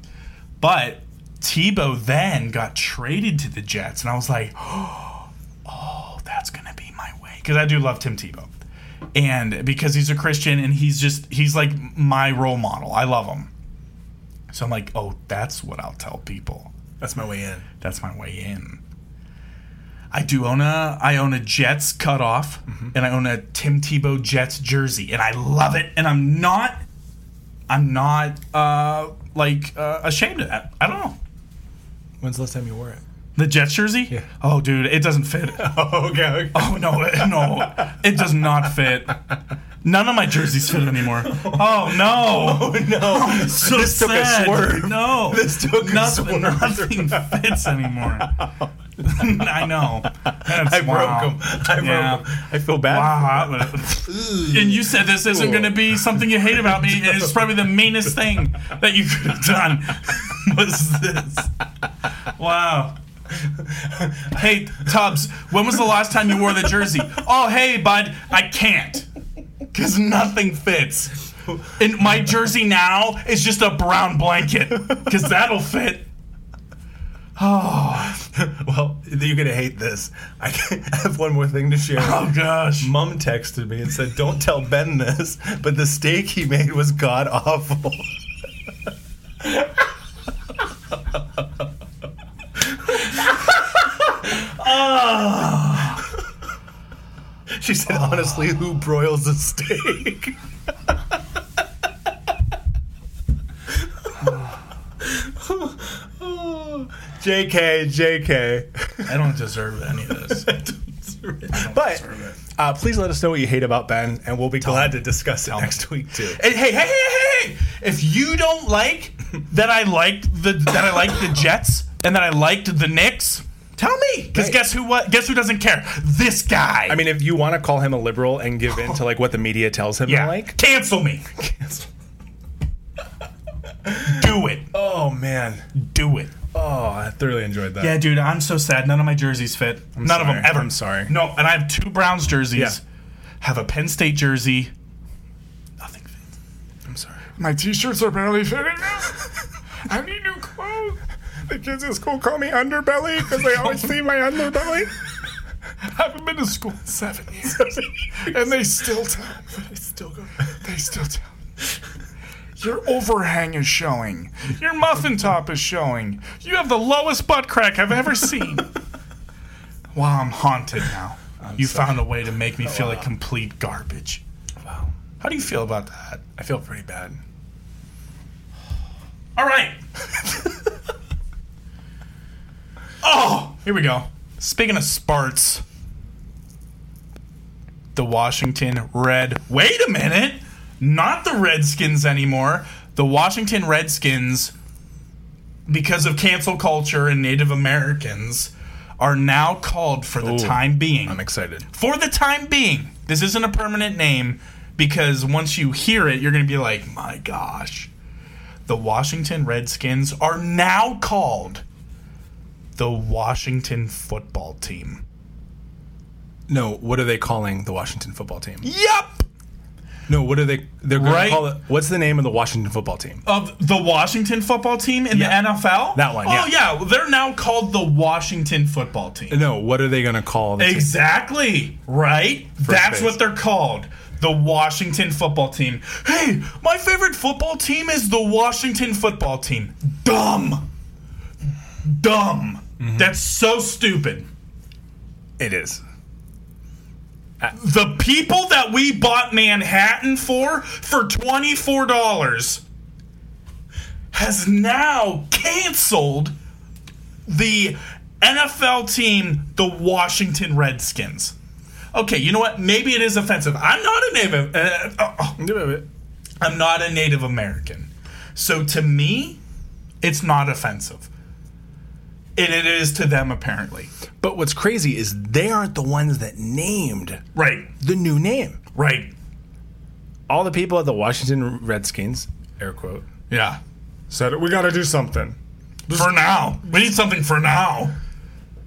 But Tebow then got traded to the Jets, and I was like, oh, that's gonna be my way because I do love Tim Tebow, and because he's a Christian and he's just he's like my role model. I love him, so I'm like, oh, that's what I'll tell people. that's my way in. That's my way in. I do own a I own a Jets cutoff, and I own a Tim Tebow Jets jersey, and I love it. And I'm not, I'm not uh, like uh, ashamed of that. I don't know. When's the last time you wore it? The Jets jersey? Yeah. Oh, dude, it doesn't fit. Oh, okay. Oh no, it- no, it does not fit. None of my jerseys fit anymore. Oh no, no. so This took a sad. swerve. No, This took a nothing, swerve. nothing fits anymore. I know. That's- I wow. broke him. I broke Yeah. him. I feel bad. Wow, I would- and you said this isn't going to be something you hate about me. and It's probably the meanest thing that you could have done was this. Wow. Hey, Tubbs, when was the last time you wore the jersey? Oh, hey, bud, I can't. Because nothing fits. And my jersey now is just a brown blanket. Because that'll fit. Oh, Well, you're gonna hate this. I can- I have one more thing to share. oh gosh. Mom texted me and said, "Don't tell Ben this, but the steak he made was god awful." she said, "Honestly, who broils a steak?" JK, JK. I don't deserve any of this. But uh, please let us know what you hate about Ben, and we'll be glad to discuss it next week too. And hey, hey, hey, hey, hey! If you don't like that I liked the that I liked the Jets and that I liked the Knicks, tell me. Because Right. guess who what guess who doesn't care? This guy. I mean, if you want to call him a liberal and give in to like what the media tells him, yeah. to like, Cancel me. Do it. oh man, Do it. oh, I thoroughly enjoyed that. Yeah, dude, I'm so sad. None of my jerseys fit. None of them sorry. ever. I'm sorry. No, and I have two Browns jerseys. Yeah. Have a Penn State jersey. Nothing fits. I'm sorry. My T-shirts are barely fitting now. I need new clothes. The kids at school call me underbelly because they always see my underbelly. I haven't been to school in seven years, and they still tell. Me. They still go. They still tell. Me. Your overhang is showing. Your muffin top is showing. You have the lowest butt crack I've ever seen. wow, I'm haunted now. you found a way to make me feel like complete garbage. Wow, How do you feel about that? I feel pretty bad. All right. oh, here we go. Speaking of Sparts, the Washington Red. Wait a minute. Not the Redskins anymore. The Washington Redskins, because of cancel culture and Native Americans, are now called for the Ooh. time being I'm excited. for the time being. This isn't a permanent name because once you hear it, you're going to be like, my gosh. The Washington Redskins are now called the Washington football team. No, what are they calling the Washington football team? Yup! No, what are they? They're going Right. to call it. What's the name of the Washington football team? Of the Washington football team in Yeah. the NFL? That one, Oh, yeah. well, They're now called the Washington football team. No, what are they going to call? The team? Exactly. Right? That's base. what they're called. The Washington football team. Hey, my favorite football team is the Washington football team. Dumb. Dumb. That's so stupid. It is. The people that we bought Manhattan for for $24 has now canceled the NFL team, the Washington Redskins. Okay, you know what? Maybe it is offensive. I'm not a Native. Uh, uh, uh, I'm not a Native American, so to me, it's not offensive. And it is to them apparently. But what's crazy is they aren't the ones that named Right. the new name. Right. All the people at the Washington Redskins, air quote, Yeah. said we got to do something. For now, we need something for now.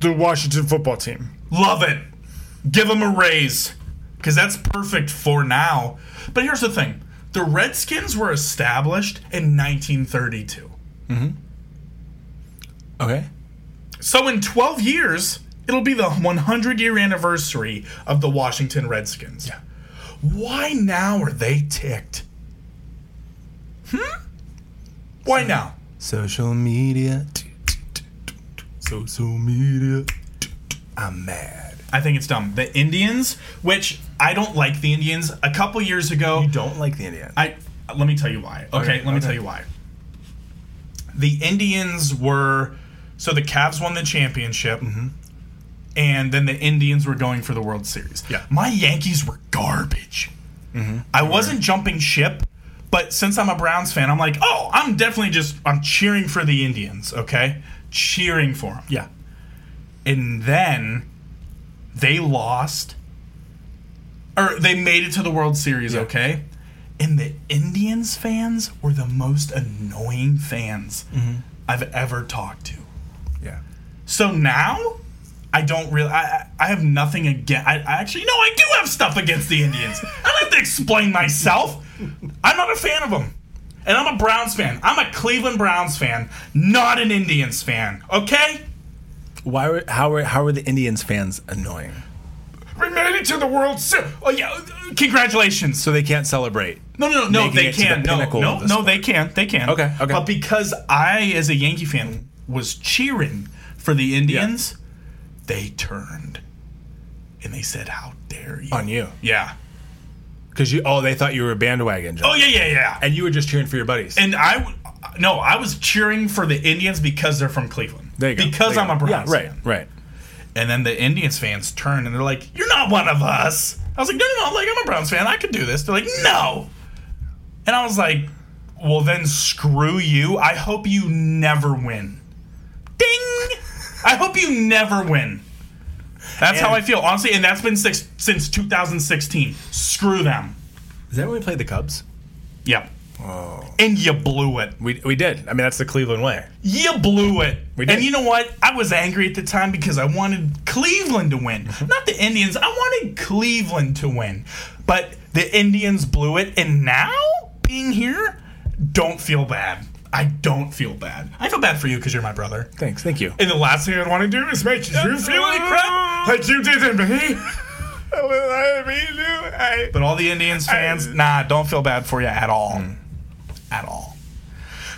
The Washington football team. Love it. Give them a raise. Because that's perfect for now. But here's the thing the Redskins were established in 1932. Okay. So in 12 years, it'll be the 100 year anniversary of the Washington Redskins. Yeah. Why now are they ticked? Hmm? Why now? Social media. Social media. I'm mad. I think it's dumb. The Indians, which I don't like the Indians, a couple years ago. You don't like the Indians. I let me tell you why. Okay, Okay, let me okay. tell you why. The Indians were so the Cavs won the championship, Mm-hmm. and then the Indians were going for the World Series. Yeah. Mm-hmm. my Yankees were garbage. I wasn't jumping ship, but since I'm a Browns fan, I'm like, oh, I'm definitely just I'm cheering for the Indians. Okay, cheering for them, yeah. and then they lost. Or they made it to the World Series, okay? And the Indians fans were the most annoying fans I've ever talked to. Yeah. So now, I don't really. I, I I have nothing against. I, I actually no, I do have stuff against the Indians. I don't have to explain myself. I'm not a fan of them, and I'm a Browns fan. I'm a Cleveland Browns fan, not an Indians fan. Okay. Why were how were how were the Indians fans annoying? We made it to the World Series. Oh yeah, congratulations. So they can't celebrate. No, no, no, no Making they it to the can. no, pinnacle no, of no, the they can. They can. Okay, okay. But because I, as a Yankee fan, was cheering for the Indians, they turned and they said, "How dare you?" on you Yeah. because you oh they thought you were a bandwagon. Joe. Oh yeah, yeah, yeah. And, and you were just cheering for your buddies. and I, w- no, I was cheering for the Indians because they're from Cleveland. There you go. Because There you I'm a go. Browns yeah, right, fan. right. And then the Indians fans turn and they're like, "You're not one of us." I was like, "No, no, no! Like I'm a Browns fan. I could do this." They're like, "No," and I was like, "Well, then screw you. I hope you never win." Ding! I hope you never win. That's how And- I feel, honestly, and that's been six, since 2016. Screw them. Is that when we played the Cubs? Yep. And you blew it. We we did. I mean, that's the Cleveland way. You blew it. We did. And you know what? I was angry at the time because I wanted Cleveland to win, not the Indians. I wanted Cleveland to win, but the Indians blew it. And now being here, don't feel bad. I don't feel bad. I feel bad for you because you're my brother. Thanks. Thank you. And the last thing I want to do is make you feel like crap like you did to me. But all the Indians fans, nah, don't feel bad for you at all, at all.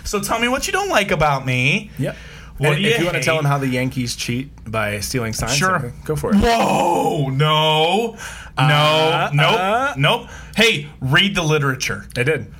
So tell me what you don't like about me. Yep. What And do if you you want to tell hate? them how the Yankees cheat by stealing signs, Sure. then go for it. Whoa, no, no, Uh, nope, uh. nope. Hey, read the literature. They did.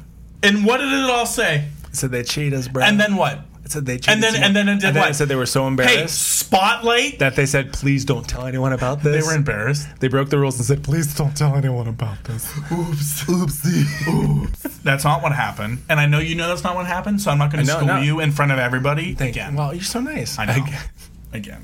And what did it all say? said they cheat us, bro. And then what? it said they cheat. and then- us. and then it did and then what? said they were so Hey, embarrassed spotlight. that they said, "Please don't tell anyone about this." They were embarrassed. They broke the rules and said, "Please don't tell anyone about this." Oops. Oopsie. Oops. That's not what happened. And I know you know that's not what happened, so I'm not going to know, school no. you in front of everybody again. Wow, you're so nice. I know. Again.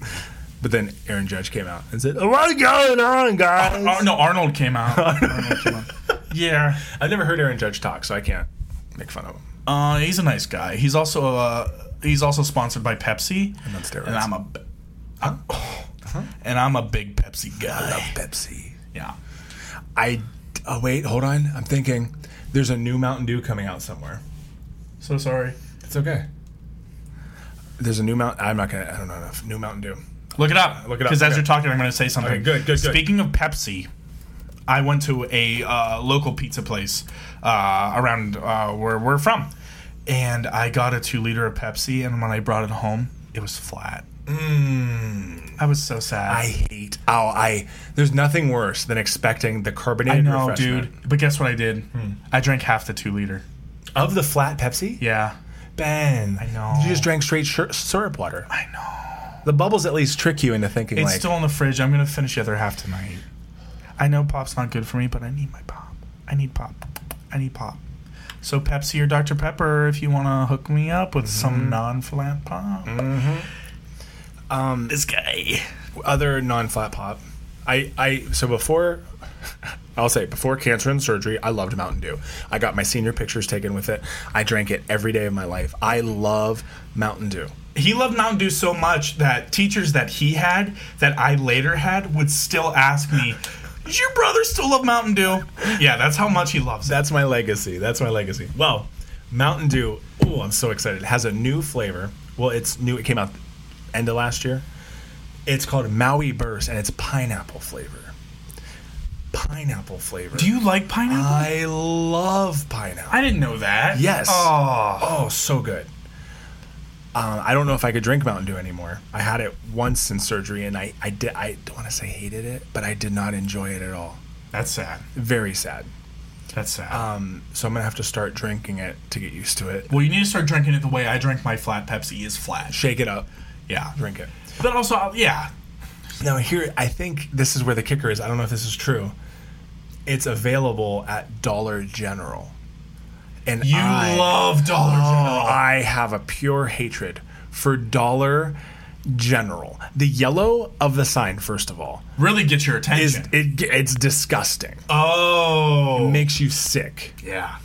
But then Aaron Judge came out and said, "What's going on, guys?" Ar- Oh, no, Arnold came out. Arnold came out. Yeah. I've never heard Aaron Judge talk, so I can't make fun of him. Uh, he's a nice guy. He's also uh, he's also sponsored by Pepsi. And on steroids. And I'm a, b- I'm- and I'm a big Pepsi guy. Pepsi. Yeah. I. Oh wait, hold on. I'm thinking. There's a new Mountain Dew coming out somewhere. So sorry. It's okay. There's a new Mount. I'm not gonna. I don't know enough. New Mountain Dew. Look it up. Look it up. Because as Okay. you're talking, I'm going to say something. Okay, good, good, good. Speaking of Pepsi, I went to a uh, local pizza place uh, around uh, where we're from, and I got a two liter of Pepsi, and when I brought it home, it was flat. Mm. I was so sad. Hmm. I hate. Oh, I. There's nothing worse than expecting the I carbonated. know, refreshment. Hmm. dude. But guess what I did? I drank half the two liter. Of the flat Pepsi. Yeah. Ben, I know. You just drank straight shir- syrup water. I know. The bubbles at least trick you into thinking It's like still in the fridge. I'm gonna finish the other half tonight. I know pop's not good for me, but I need my pop. I need pop. I need pop. So Pepsi or Dr Pepper, if you wanna hook me up with Mm-hmm. some non-flat pop. Um, this guy. other non-flat pop. I I so before. I'll say before cancer and surgery, I loved Mountain Dew. I got my senior pictures taken with it. I drank it every day of my life. I love Mountain Dew. He loved Mountain Dew so much that teachers that he had that I later had would still ask me, "Does your brother still love Mountain Dew?" Yeah, that's how much he loves it. That's my legacy. That's my legacy. Well, Mountain Dew. Oh, I'm so excited. It has a new flavor. Well, it's new. It came out end of last year. It's called Maui Burst, and it's pineapple flavor. Pineapple flavor. Do you like pineapple? I love pineapple. I didn't know that. Uh, Yes. Oh. Oh, so good. Um, I don't know if I could drink Mountain Dew anymore. I had it once in surgery, and I, I did. I don't want to say hated it, but I did not enjoy it at all. That's sad. Very sad. That's sad. Um, so I'm gonna have to start drinking it to get used to it. well, you need to start drinking it the way I drink my flat Pepsi is flat. shake it up, Yeah. drink it. But also, uh, yeah. Now here, I think this is where the kicker is. I don't know if this is true. It's available at Dollar General, and You I, love Dollar General. I have a pure hatred for Dollar General. The yellow of the sign, first of all, Really get your is attention. it? It's disgusting. oh. Makes you sick. yeah.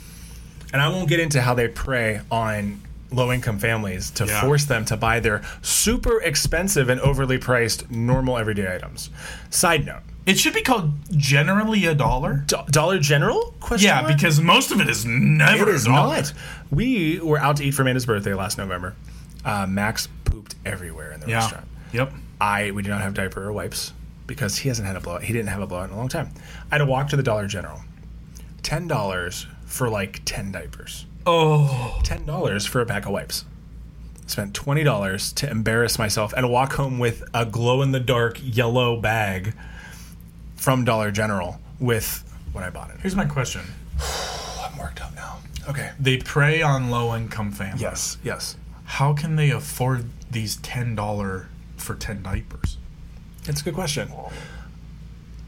And I won't get into how they prey on low income families to Yeah. force them to buy their super expensive and overly priced normal everyday items. Side note It should be called generally a dollar. Do- Dollar General? Question Yeah, mark? because most of it is never it is a dollar. not. We were out to eat for Amanda's birthday last November. Uh, Max pooped everywhere in the Yeah. restaurant. Yep. I we did not have diaper or wipes because he hasn't had a blowout. He didn't have a blowout in a long time. I had to walk to the Dollar General. Ten dollars for like ten diapers. Oh. ten dollars for a pack of wipes. Spent twenty dollars to embarrass myself and walk home with a glow in the dark yellow bag from Dollar General with what I bought in. it. Here's my question. I'm worked up now. Okay. They prey on low income families. Yes. Yes. how can they afford these ten dollar for ten diapers? That's a good question.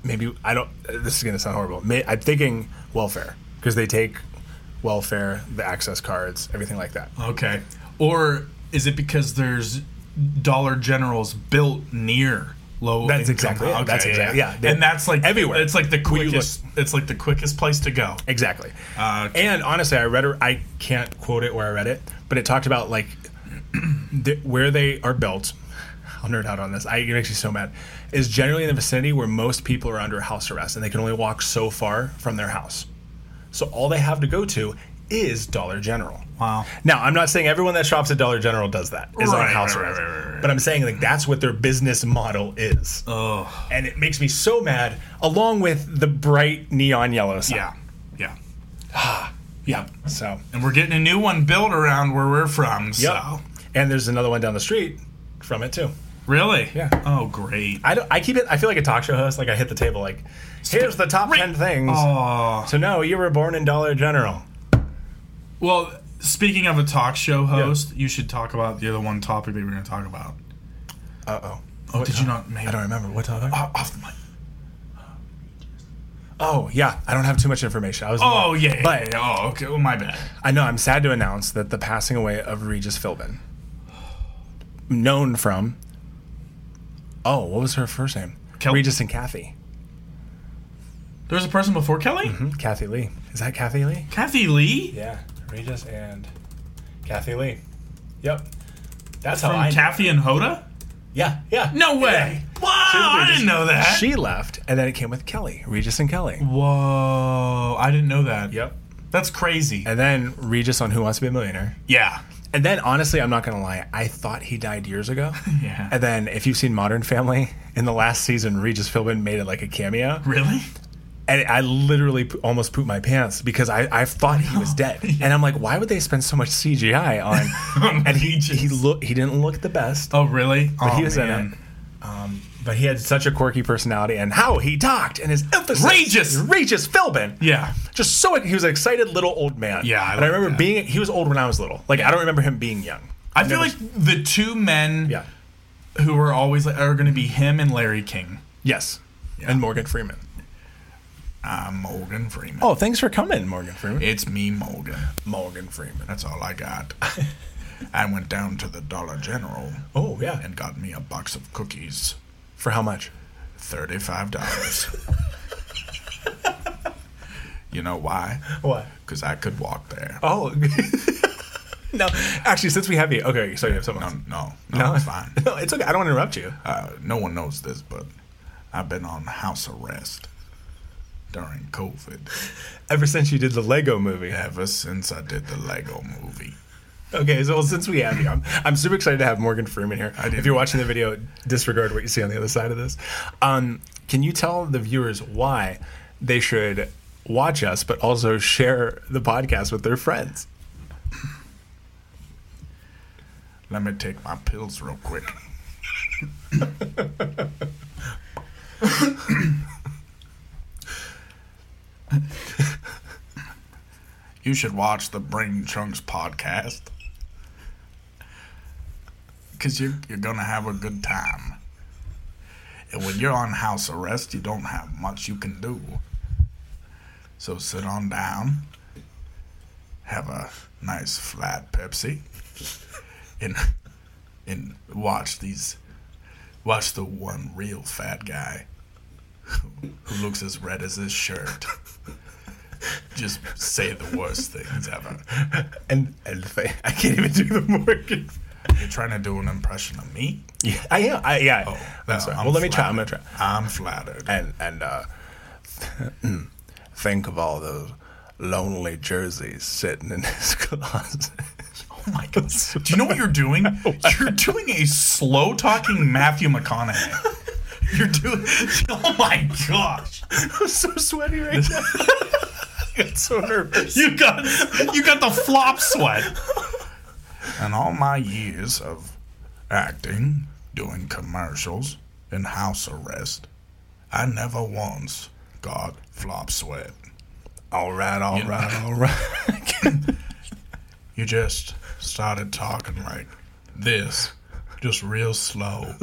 Maybe I don't. This is going to sound horrible. May, I'm thinking welfare because they take welfare, the access cards, everything like that. Okay. Or is it because there's Dollar Generals built near low? That's income? exactly it. That's exactly- yeah. They- and that's like everywhere. It's like the Where you look. quickest. It's like the quickest place to go. Exactly. Uh, And honestly, I read it. I can't quote it where I read it, but it talked about like the, where they are built. I'll nerd out on this. I, it makes me so mad. Is generally in the vicinity where most people are under house arrest and they can only walk so far from their house. So all they have to go to is Dollar General. wow. Now, I'm not saying everyone that shops at Dollar General does that is on Right, house right, arrest, right, right, right. but I'm saying like that's what their business model is, Oh. and it makes me so mad. Along with the bright neon yellow sign. Yeah. Yeah. yeah. So And we're getting a new one built around where we're from. Yep. So And there's another one down the street from it too. really. Yeah. Oh, great. I don't. I keep it. I feel like a talk show host. Like I hit the table. Like here's the top ten things. Oh. So no, you were born in Dollar General. Well, speaking of a talk show host, you should talk about the other one topic that we were going to talk about. Uh oh. Oh, did you not make I don't remember what topic. Oh, off the mic. Oh yeah, I don't have too much information. I was. Oh, yeah. yeah, But- yeah. oh, okay. Well, my bad. I know. I'm sad to announce that the passing away of Regis Philbin, known from. Oh, what was her first name? Kel- Regis and Kathy. There was a person before Kelly? Hmm, Kathy Lee. Is that Kathy Lee? Kathy Lee? Yeah, Regis and Kathy Lee. Yep. That's how From Oh, I. Kathy and Hoda? yeah, yeah. No way. Wow, I didn't know that. She left, and then it came with Kelly, Regis and Kelly. Whoa, I didn't know that. Yep. That's crazy. And then Regis on Who Wants to Be a Millionaire. Yeah. And then, honestly, I'm not going to lie. I thought he died years ago. Yeah. And then, if you've seen Modern Family, in the last season, Regis Philbin made it like a cameo. Really? And I literally p- almost pooped my pants because I, I thought he was dead. And I'm like, why would they spend so much CGI Oh, on? and he Regis. he look he didn't look the best. Oh, really? But he was in it. Um, but he had such a quirky personality and how he talked and his emphasis. Regis! Regis Philbin. Yeah. Just so he was an excited little old man. Yeah, I and I like remember that. being he was old when I was little. Like I don't remember him being young. I feel never- like the two men Yeah. who are always like, are going to be him and Larry King. Yes. And Morgan Freeman. I'm Ah, Morgan Freeman. Oh, thanks for coming, Morgan Freeman. It's me, Morgan. Morgan Freeman. That's all I got. I went down to the Dollar General Oh yeah. and got me a box of cookies. For how much? $35. you know why? What? Because I could walk there. Oh. no, actually, since we have you, okay. So you have someone. else. Um, No, no, it's fine. No, it's okay. I don't want to interrupt you. Uh, no one knows this, but I've been on house arrest during COVID Ever since you did the Lego movie. ever since I did the Lego movie. Okay, so well, since we have you, I'm, I'm super excited to have Morgan Freeman here. If you're watching the video, disregard what you see on the other side of this. Um, can you tell the viewers why they should watch us, but also share the podcast with their friends? Let me take my pills real quick. you should watch the Brain Chunks podcast because you're, you're going to have a good time. And when you're on house arrest, you don't have much you can do. So sit on down, have a nice flat Pepsi and and watch these watch the one real fat guy who, who looks as red as his shirt just say the worst things ever And, and if I, I can't even do the Morgan. you're trying to do an impression of me Yeah, I am. I, yeah. no, Oh, I'm sorry. I'm well, let me try. I'm gonna flattered. try. i'm flattered And and uh, think of all those lonely jerseys sitting in his closet. Oh my god. Do you know what you're doing? You're doing a slow talking Matthew McConaughey. You're doing. Oh my gosh! I'm so sweaty right now. I'm so nervous. You got you got the flop sweat. and all my years of acting doing commercials and house arrest i never once got flop sweat All right, all right, all right. you just started talking like this, just real slow.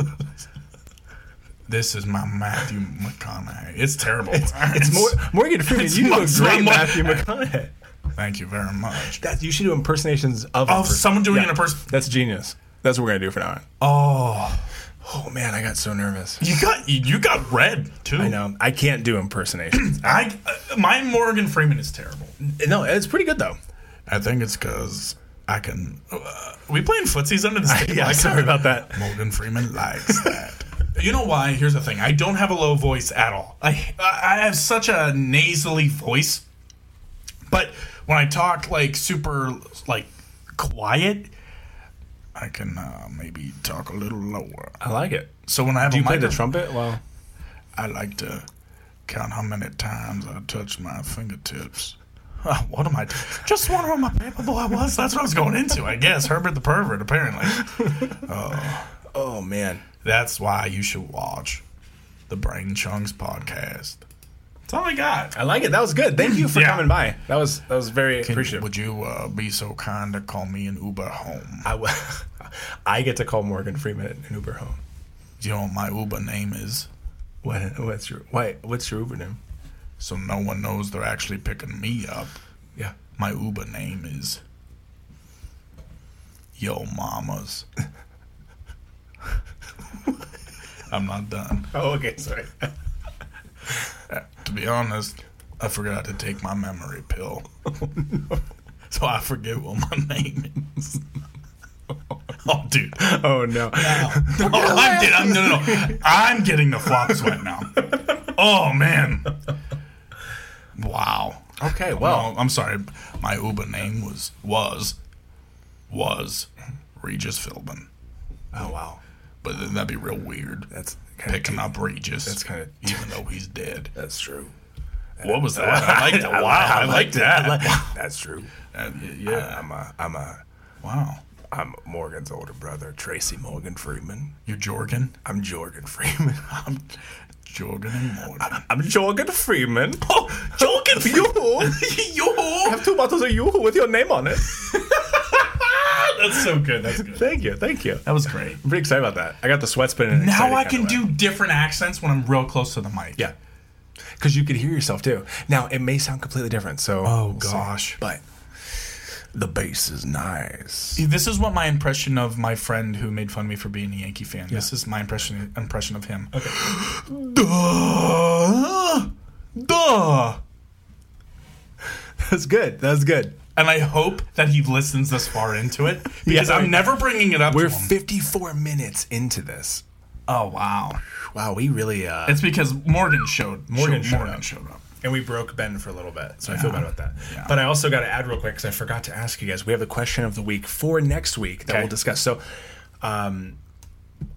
this is my Matthew McConaughey. It's terrible. It's Mor- Morgan Freeman. you do a much- great much- Matthew McConaughey. Thank you very much. That you should do impersonations of a Of person. someone doing an imperson- That's genius. That's what we're gonna do for now on. Oh, Oh man, I got so nervous. You got you got red too. I know. I can't do impersonations. I uh, my Morgan Freeman is terrible. no, it's pretty good though. I think it's because I can. Uh, Are we playing footsies under the table? Yeah, sorry about that. Morgan Freeman likes that. You know why? Here's the thing. I don't have a low voice at all. I I have such a nasally voice. But when I talk like super like quiet, I can uh, maybe talk a little lower. I like it. So when I have Do a you play the microphone- trumpet? Well, I like to count how many times I touch my fingertips. Ah, oh, what am I? doing? Just wondering how capable I was. That's what I was going into. I guess Herbert the pervert. Apparently, oh man, That's why you should watch the Brain Chunks podcast. that's all I got. I like it. That was good. Thank you for Yeah. coming by. That was that was very Can- appreciative. Would you uh, be so kind to call me an Uber home? I, w- I get to call Morgan Freeman an Uber home. You know what my Uber name is, What, what's your why, What's your Uber name? so no one knows they're actually picking me up. Yeah. My Uber name is Yo Mamas. I'm not done. Oh, okay. Sorry. To be honest, I forgot to take my memory pill. So I forget what my name is. Oh, dude. Oh no. Oh, I'm getting, I'm, no, no, no. I'm getting the flop sweat now. Oh man. Wow. Okay. Oh, Well, Well, I'm sorry. My Uber name was was was Regis Philbin, oh wow. but then that'd be real weird. That's kind Picking up Regis. That's kinda- even though he's dead. That's true. What was that? I like that. Wow, I like that. That's true. Uh, yeah. I'm a I'm a wow. I'm Morgan's older brother, Tracy Morgan Freeman. You're Jorgen. I'm Jorgen Freeman. I'm Jorgen and Morgan. I'm Jorgen Freeman. Oh, joking for you. I have two bottles of Yoo-hoo with your name on it. That's so good. That's good. Thank you. Thank you. That was great. I'm pretty excited about that. I got the sweats putting in. an Now excited I kinda can way. do different accents when I'm real close to the mic. Yeah. Because you could hear yourself too. Now it may sound completely different. So Oh we'll see. gosh. but the bass is nice. This is what my impression of my friend who made fun of me for being a Yankee fan. This is my impression impression of him. Okay. Duh. Duh. That's good. That's good. And I hope that he listens this far into it because Yeah. I'm never bringing it up. We're to him. 54 minutes into this. oh wow. Wow, we really uh, It's because Morgan showed. Morgan Morgan showed showed, Morgan up. showed up. and we broke Ben for a little bit, so I feel bad about that. Yeah. But I also got to add real quick because I forgot to ask you guys. We have a question of the week for next week that Okay. we'll discuss. So, um,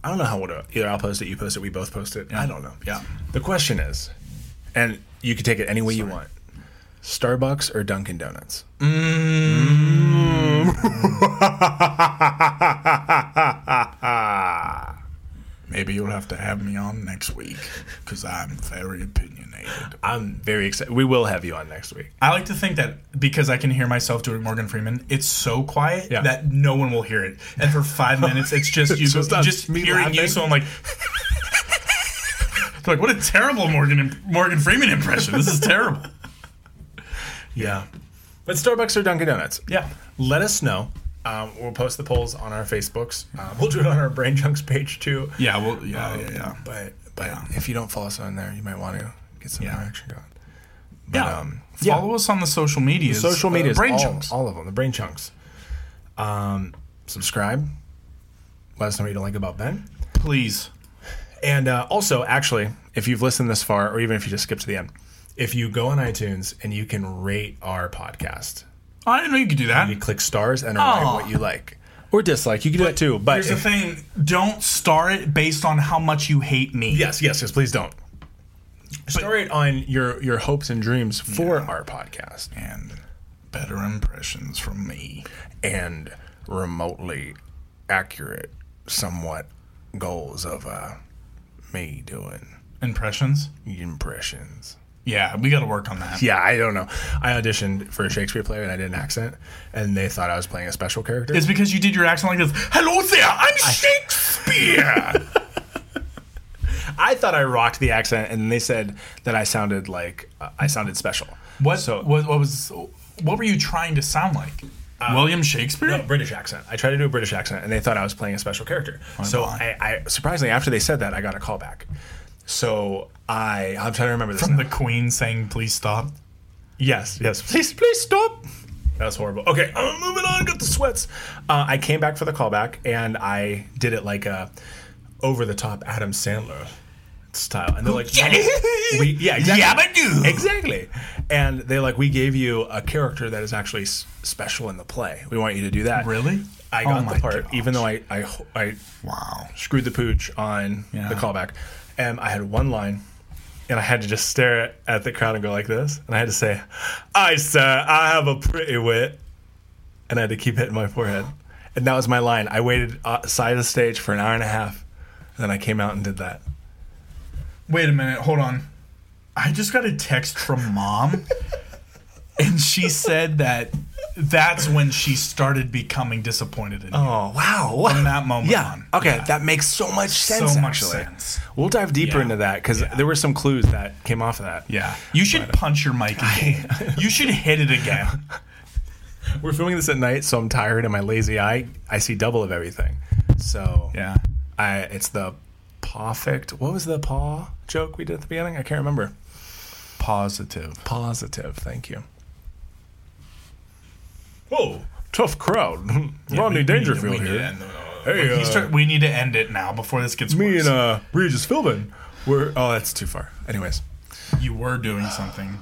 I don't know how we'll do it. Either I'll post it, you post it, we both post it. I don't know. Yeah. The question is, and you can take it any way you want: Starbucks or Dunkin' Donuts? Maybe you'll have to have me on next week because I'm very opinionated. I'm very excited. We will have you on next week. I like to think that because I can hear myself doing Morgan Freeman, it's so quiet Yeah. that no one will hear it. And for five minutes, it's just you Just just, us, just me hearing you. laughing. So I'm like, It's like what a terrible Morgan Morgan Freeman impression. This is terrible. Yeah. But Starbucks or Dunkin' Donuts? Yeah. Let us know. Um, we'll post the polls on our Facebooks. Um, we'll do it on our Brain Junks page too. Yeah. Well. Yeah. yeah, yeah. But but if you don't follow us on there, you might want to get some interaction going. But, yeah. um, Follow us on the social media. Social media, brain all, chunks. all of them, the Brain Chunks. Um, subscribe. Let us know what you don't like about Ben. Please. And uh, also, actually, if you've listened this far, or even if you just skip to the end, if you go on iTunes and you can rate our podcast, I didn't know you could do that. you click stars and write Aw. what you like or dislike. You can do that too. But Here's the if- thing: don't star it based on how much you hate me. yes, yes, yes. Please don't. Star it on your your hopes and dreams for our podcast. And better impressions from me. and remotely accurate, somewhat goals of uh, me doing Impressions. impressions. Yeah, we got to work on that. Yeah, I don't know. I auditioned for a Shakespeare play and I did an accent, and they thought I was playing a special character. It's because you did your accent like this. Hello there, I'm Shakespeare. I thought I rocked the accent, and they said that I sounded like uh, I sounded special. what, So- what? What was? What were you trying to sound like? Uh, William Shakespeare? a British accent. I tried to do a British accent, and they thought I was playing a special character. so I, I surprisingly, after they said that, I got a call back. So I, I'm trying to remember this. From now. the Queen saying, "Please stop." yes, yes. Please, please stop. That was horrible. Okay, I'm moving on. Got the sweats. Uh, I came back for the callback, and I did it like a over the top Adam Sandler style, and they're like, "No, we, yeah, exactly. Exactly. And they're like, we gave you a character that is actually s- special in the play. We want you to do that. Really? I Oh got my the part, gosh. even though I, I, I Wow. screwed the pooch on the callback. And I had one line, and I had to just stare at the crowd and go like this. And I had to say, I, sir, I have a pretty wit. And I had to keep hitting my forehead. And that was my line. I waited outside the stage for an hour and a half. And then I came out and did that. Wait a minute, hold on. I just got a text from mom, and she said that that's when she started becoming disappointed in you. Oh wow! From that moment yeah. on. Okay, that makes so much sense. much actually. sense. We'll dive deeper Yeah. into that because there were some clues that came off of that. Yeah, you should punch your mic again. you should hit it again. We're filming this at night, so I'm tired and my lazy eye I see double of everything. So Yeah, I it's the perfect. What was the paw joke we did at the beginning? I can't remember. positive. Positive. Thank you. Whoa, tough crowd. Rodney We Dangerfield need to here. end the- Hey, we, uh, start- we need to end it now before this gets Me worse. and uh, Regis Philbin. We're oh, that's too far. Anyways. uh, you were doing something.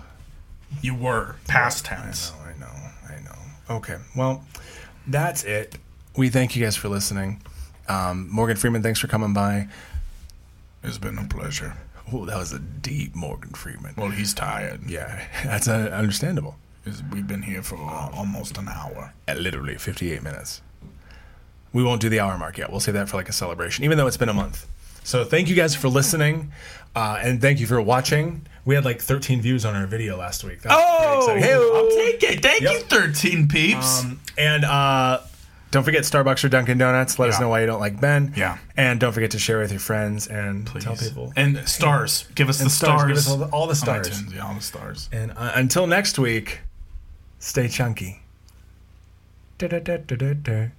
You were past tense. Oh, I know, I know. Okay, well, that's it. We thank you guys for listening. Um, Morgan Freeman, thanks for coming by. It's been a pleasure. Oh, that was a deep Morgan Freeman. Well, he's tired. Yeah, that's uh, understandable. It's- We've been here for uh, almost an hour. At literally 58 minutes. We won't do the hour mark yet. We'll save that for like a celebration, even though it's been a month. So thank you guys for listening, uh, and thank you for watching. We had like 13 views on our video last week. That was pretty exciting. Hey-o. Oh! I'll take it. Thank Yep. you, thirteen peeps. Um, and uh, don't forget Starbucks or Dunkin' Donuts. Let us Yeah. know why you don't like Ben. Yeah. And don't forget to share with your friends and tell people. and stars. Give us the Stars, stars. Give us all the, all the Stars. stars. iTunes, yeah, all the stars. And uh, until next week, stay chunky. Da-da-da-da-da-da.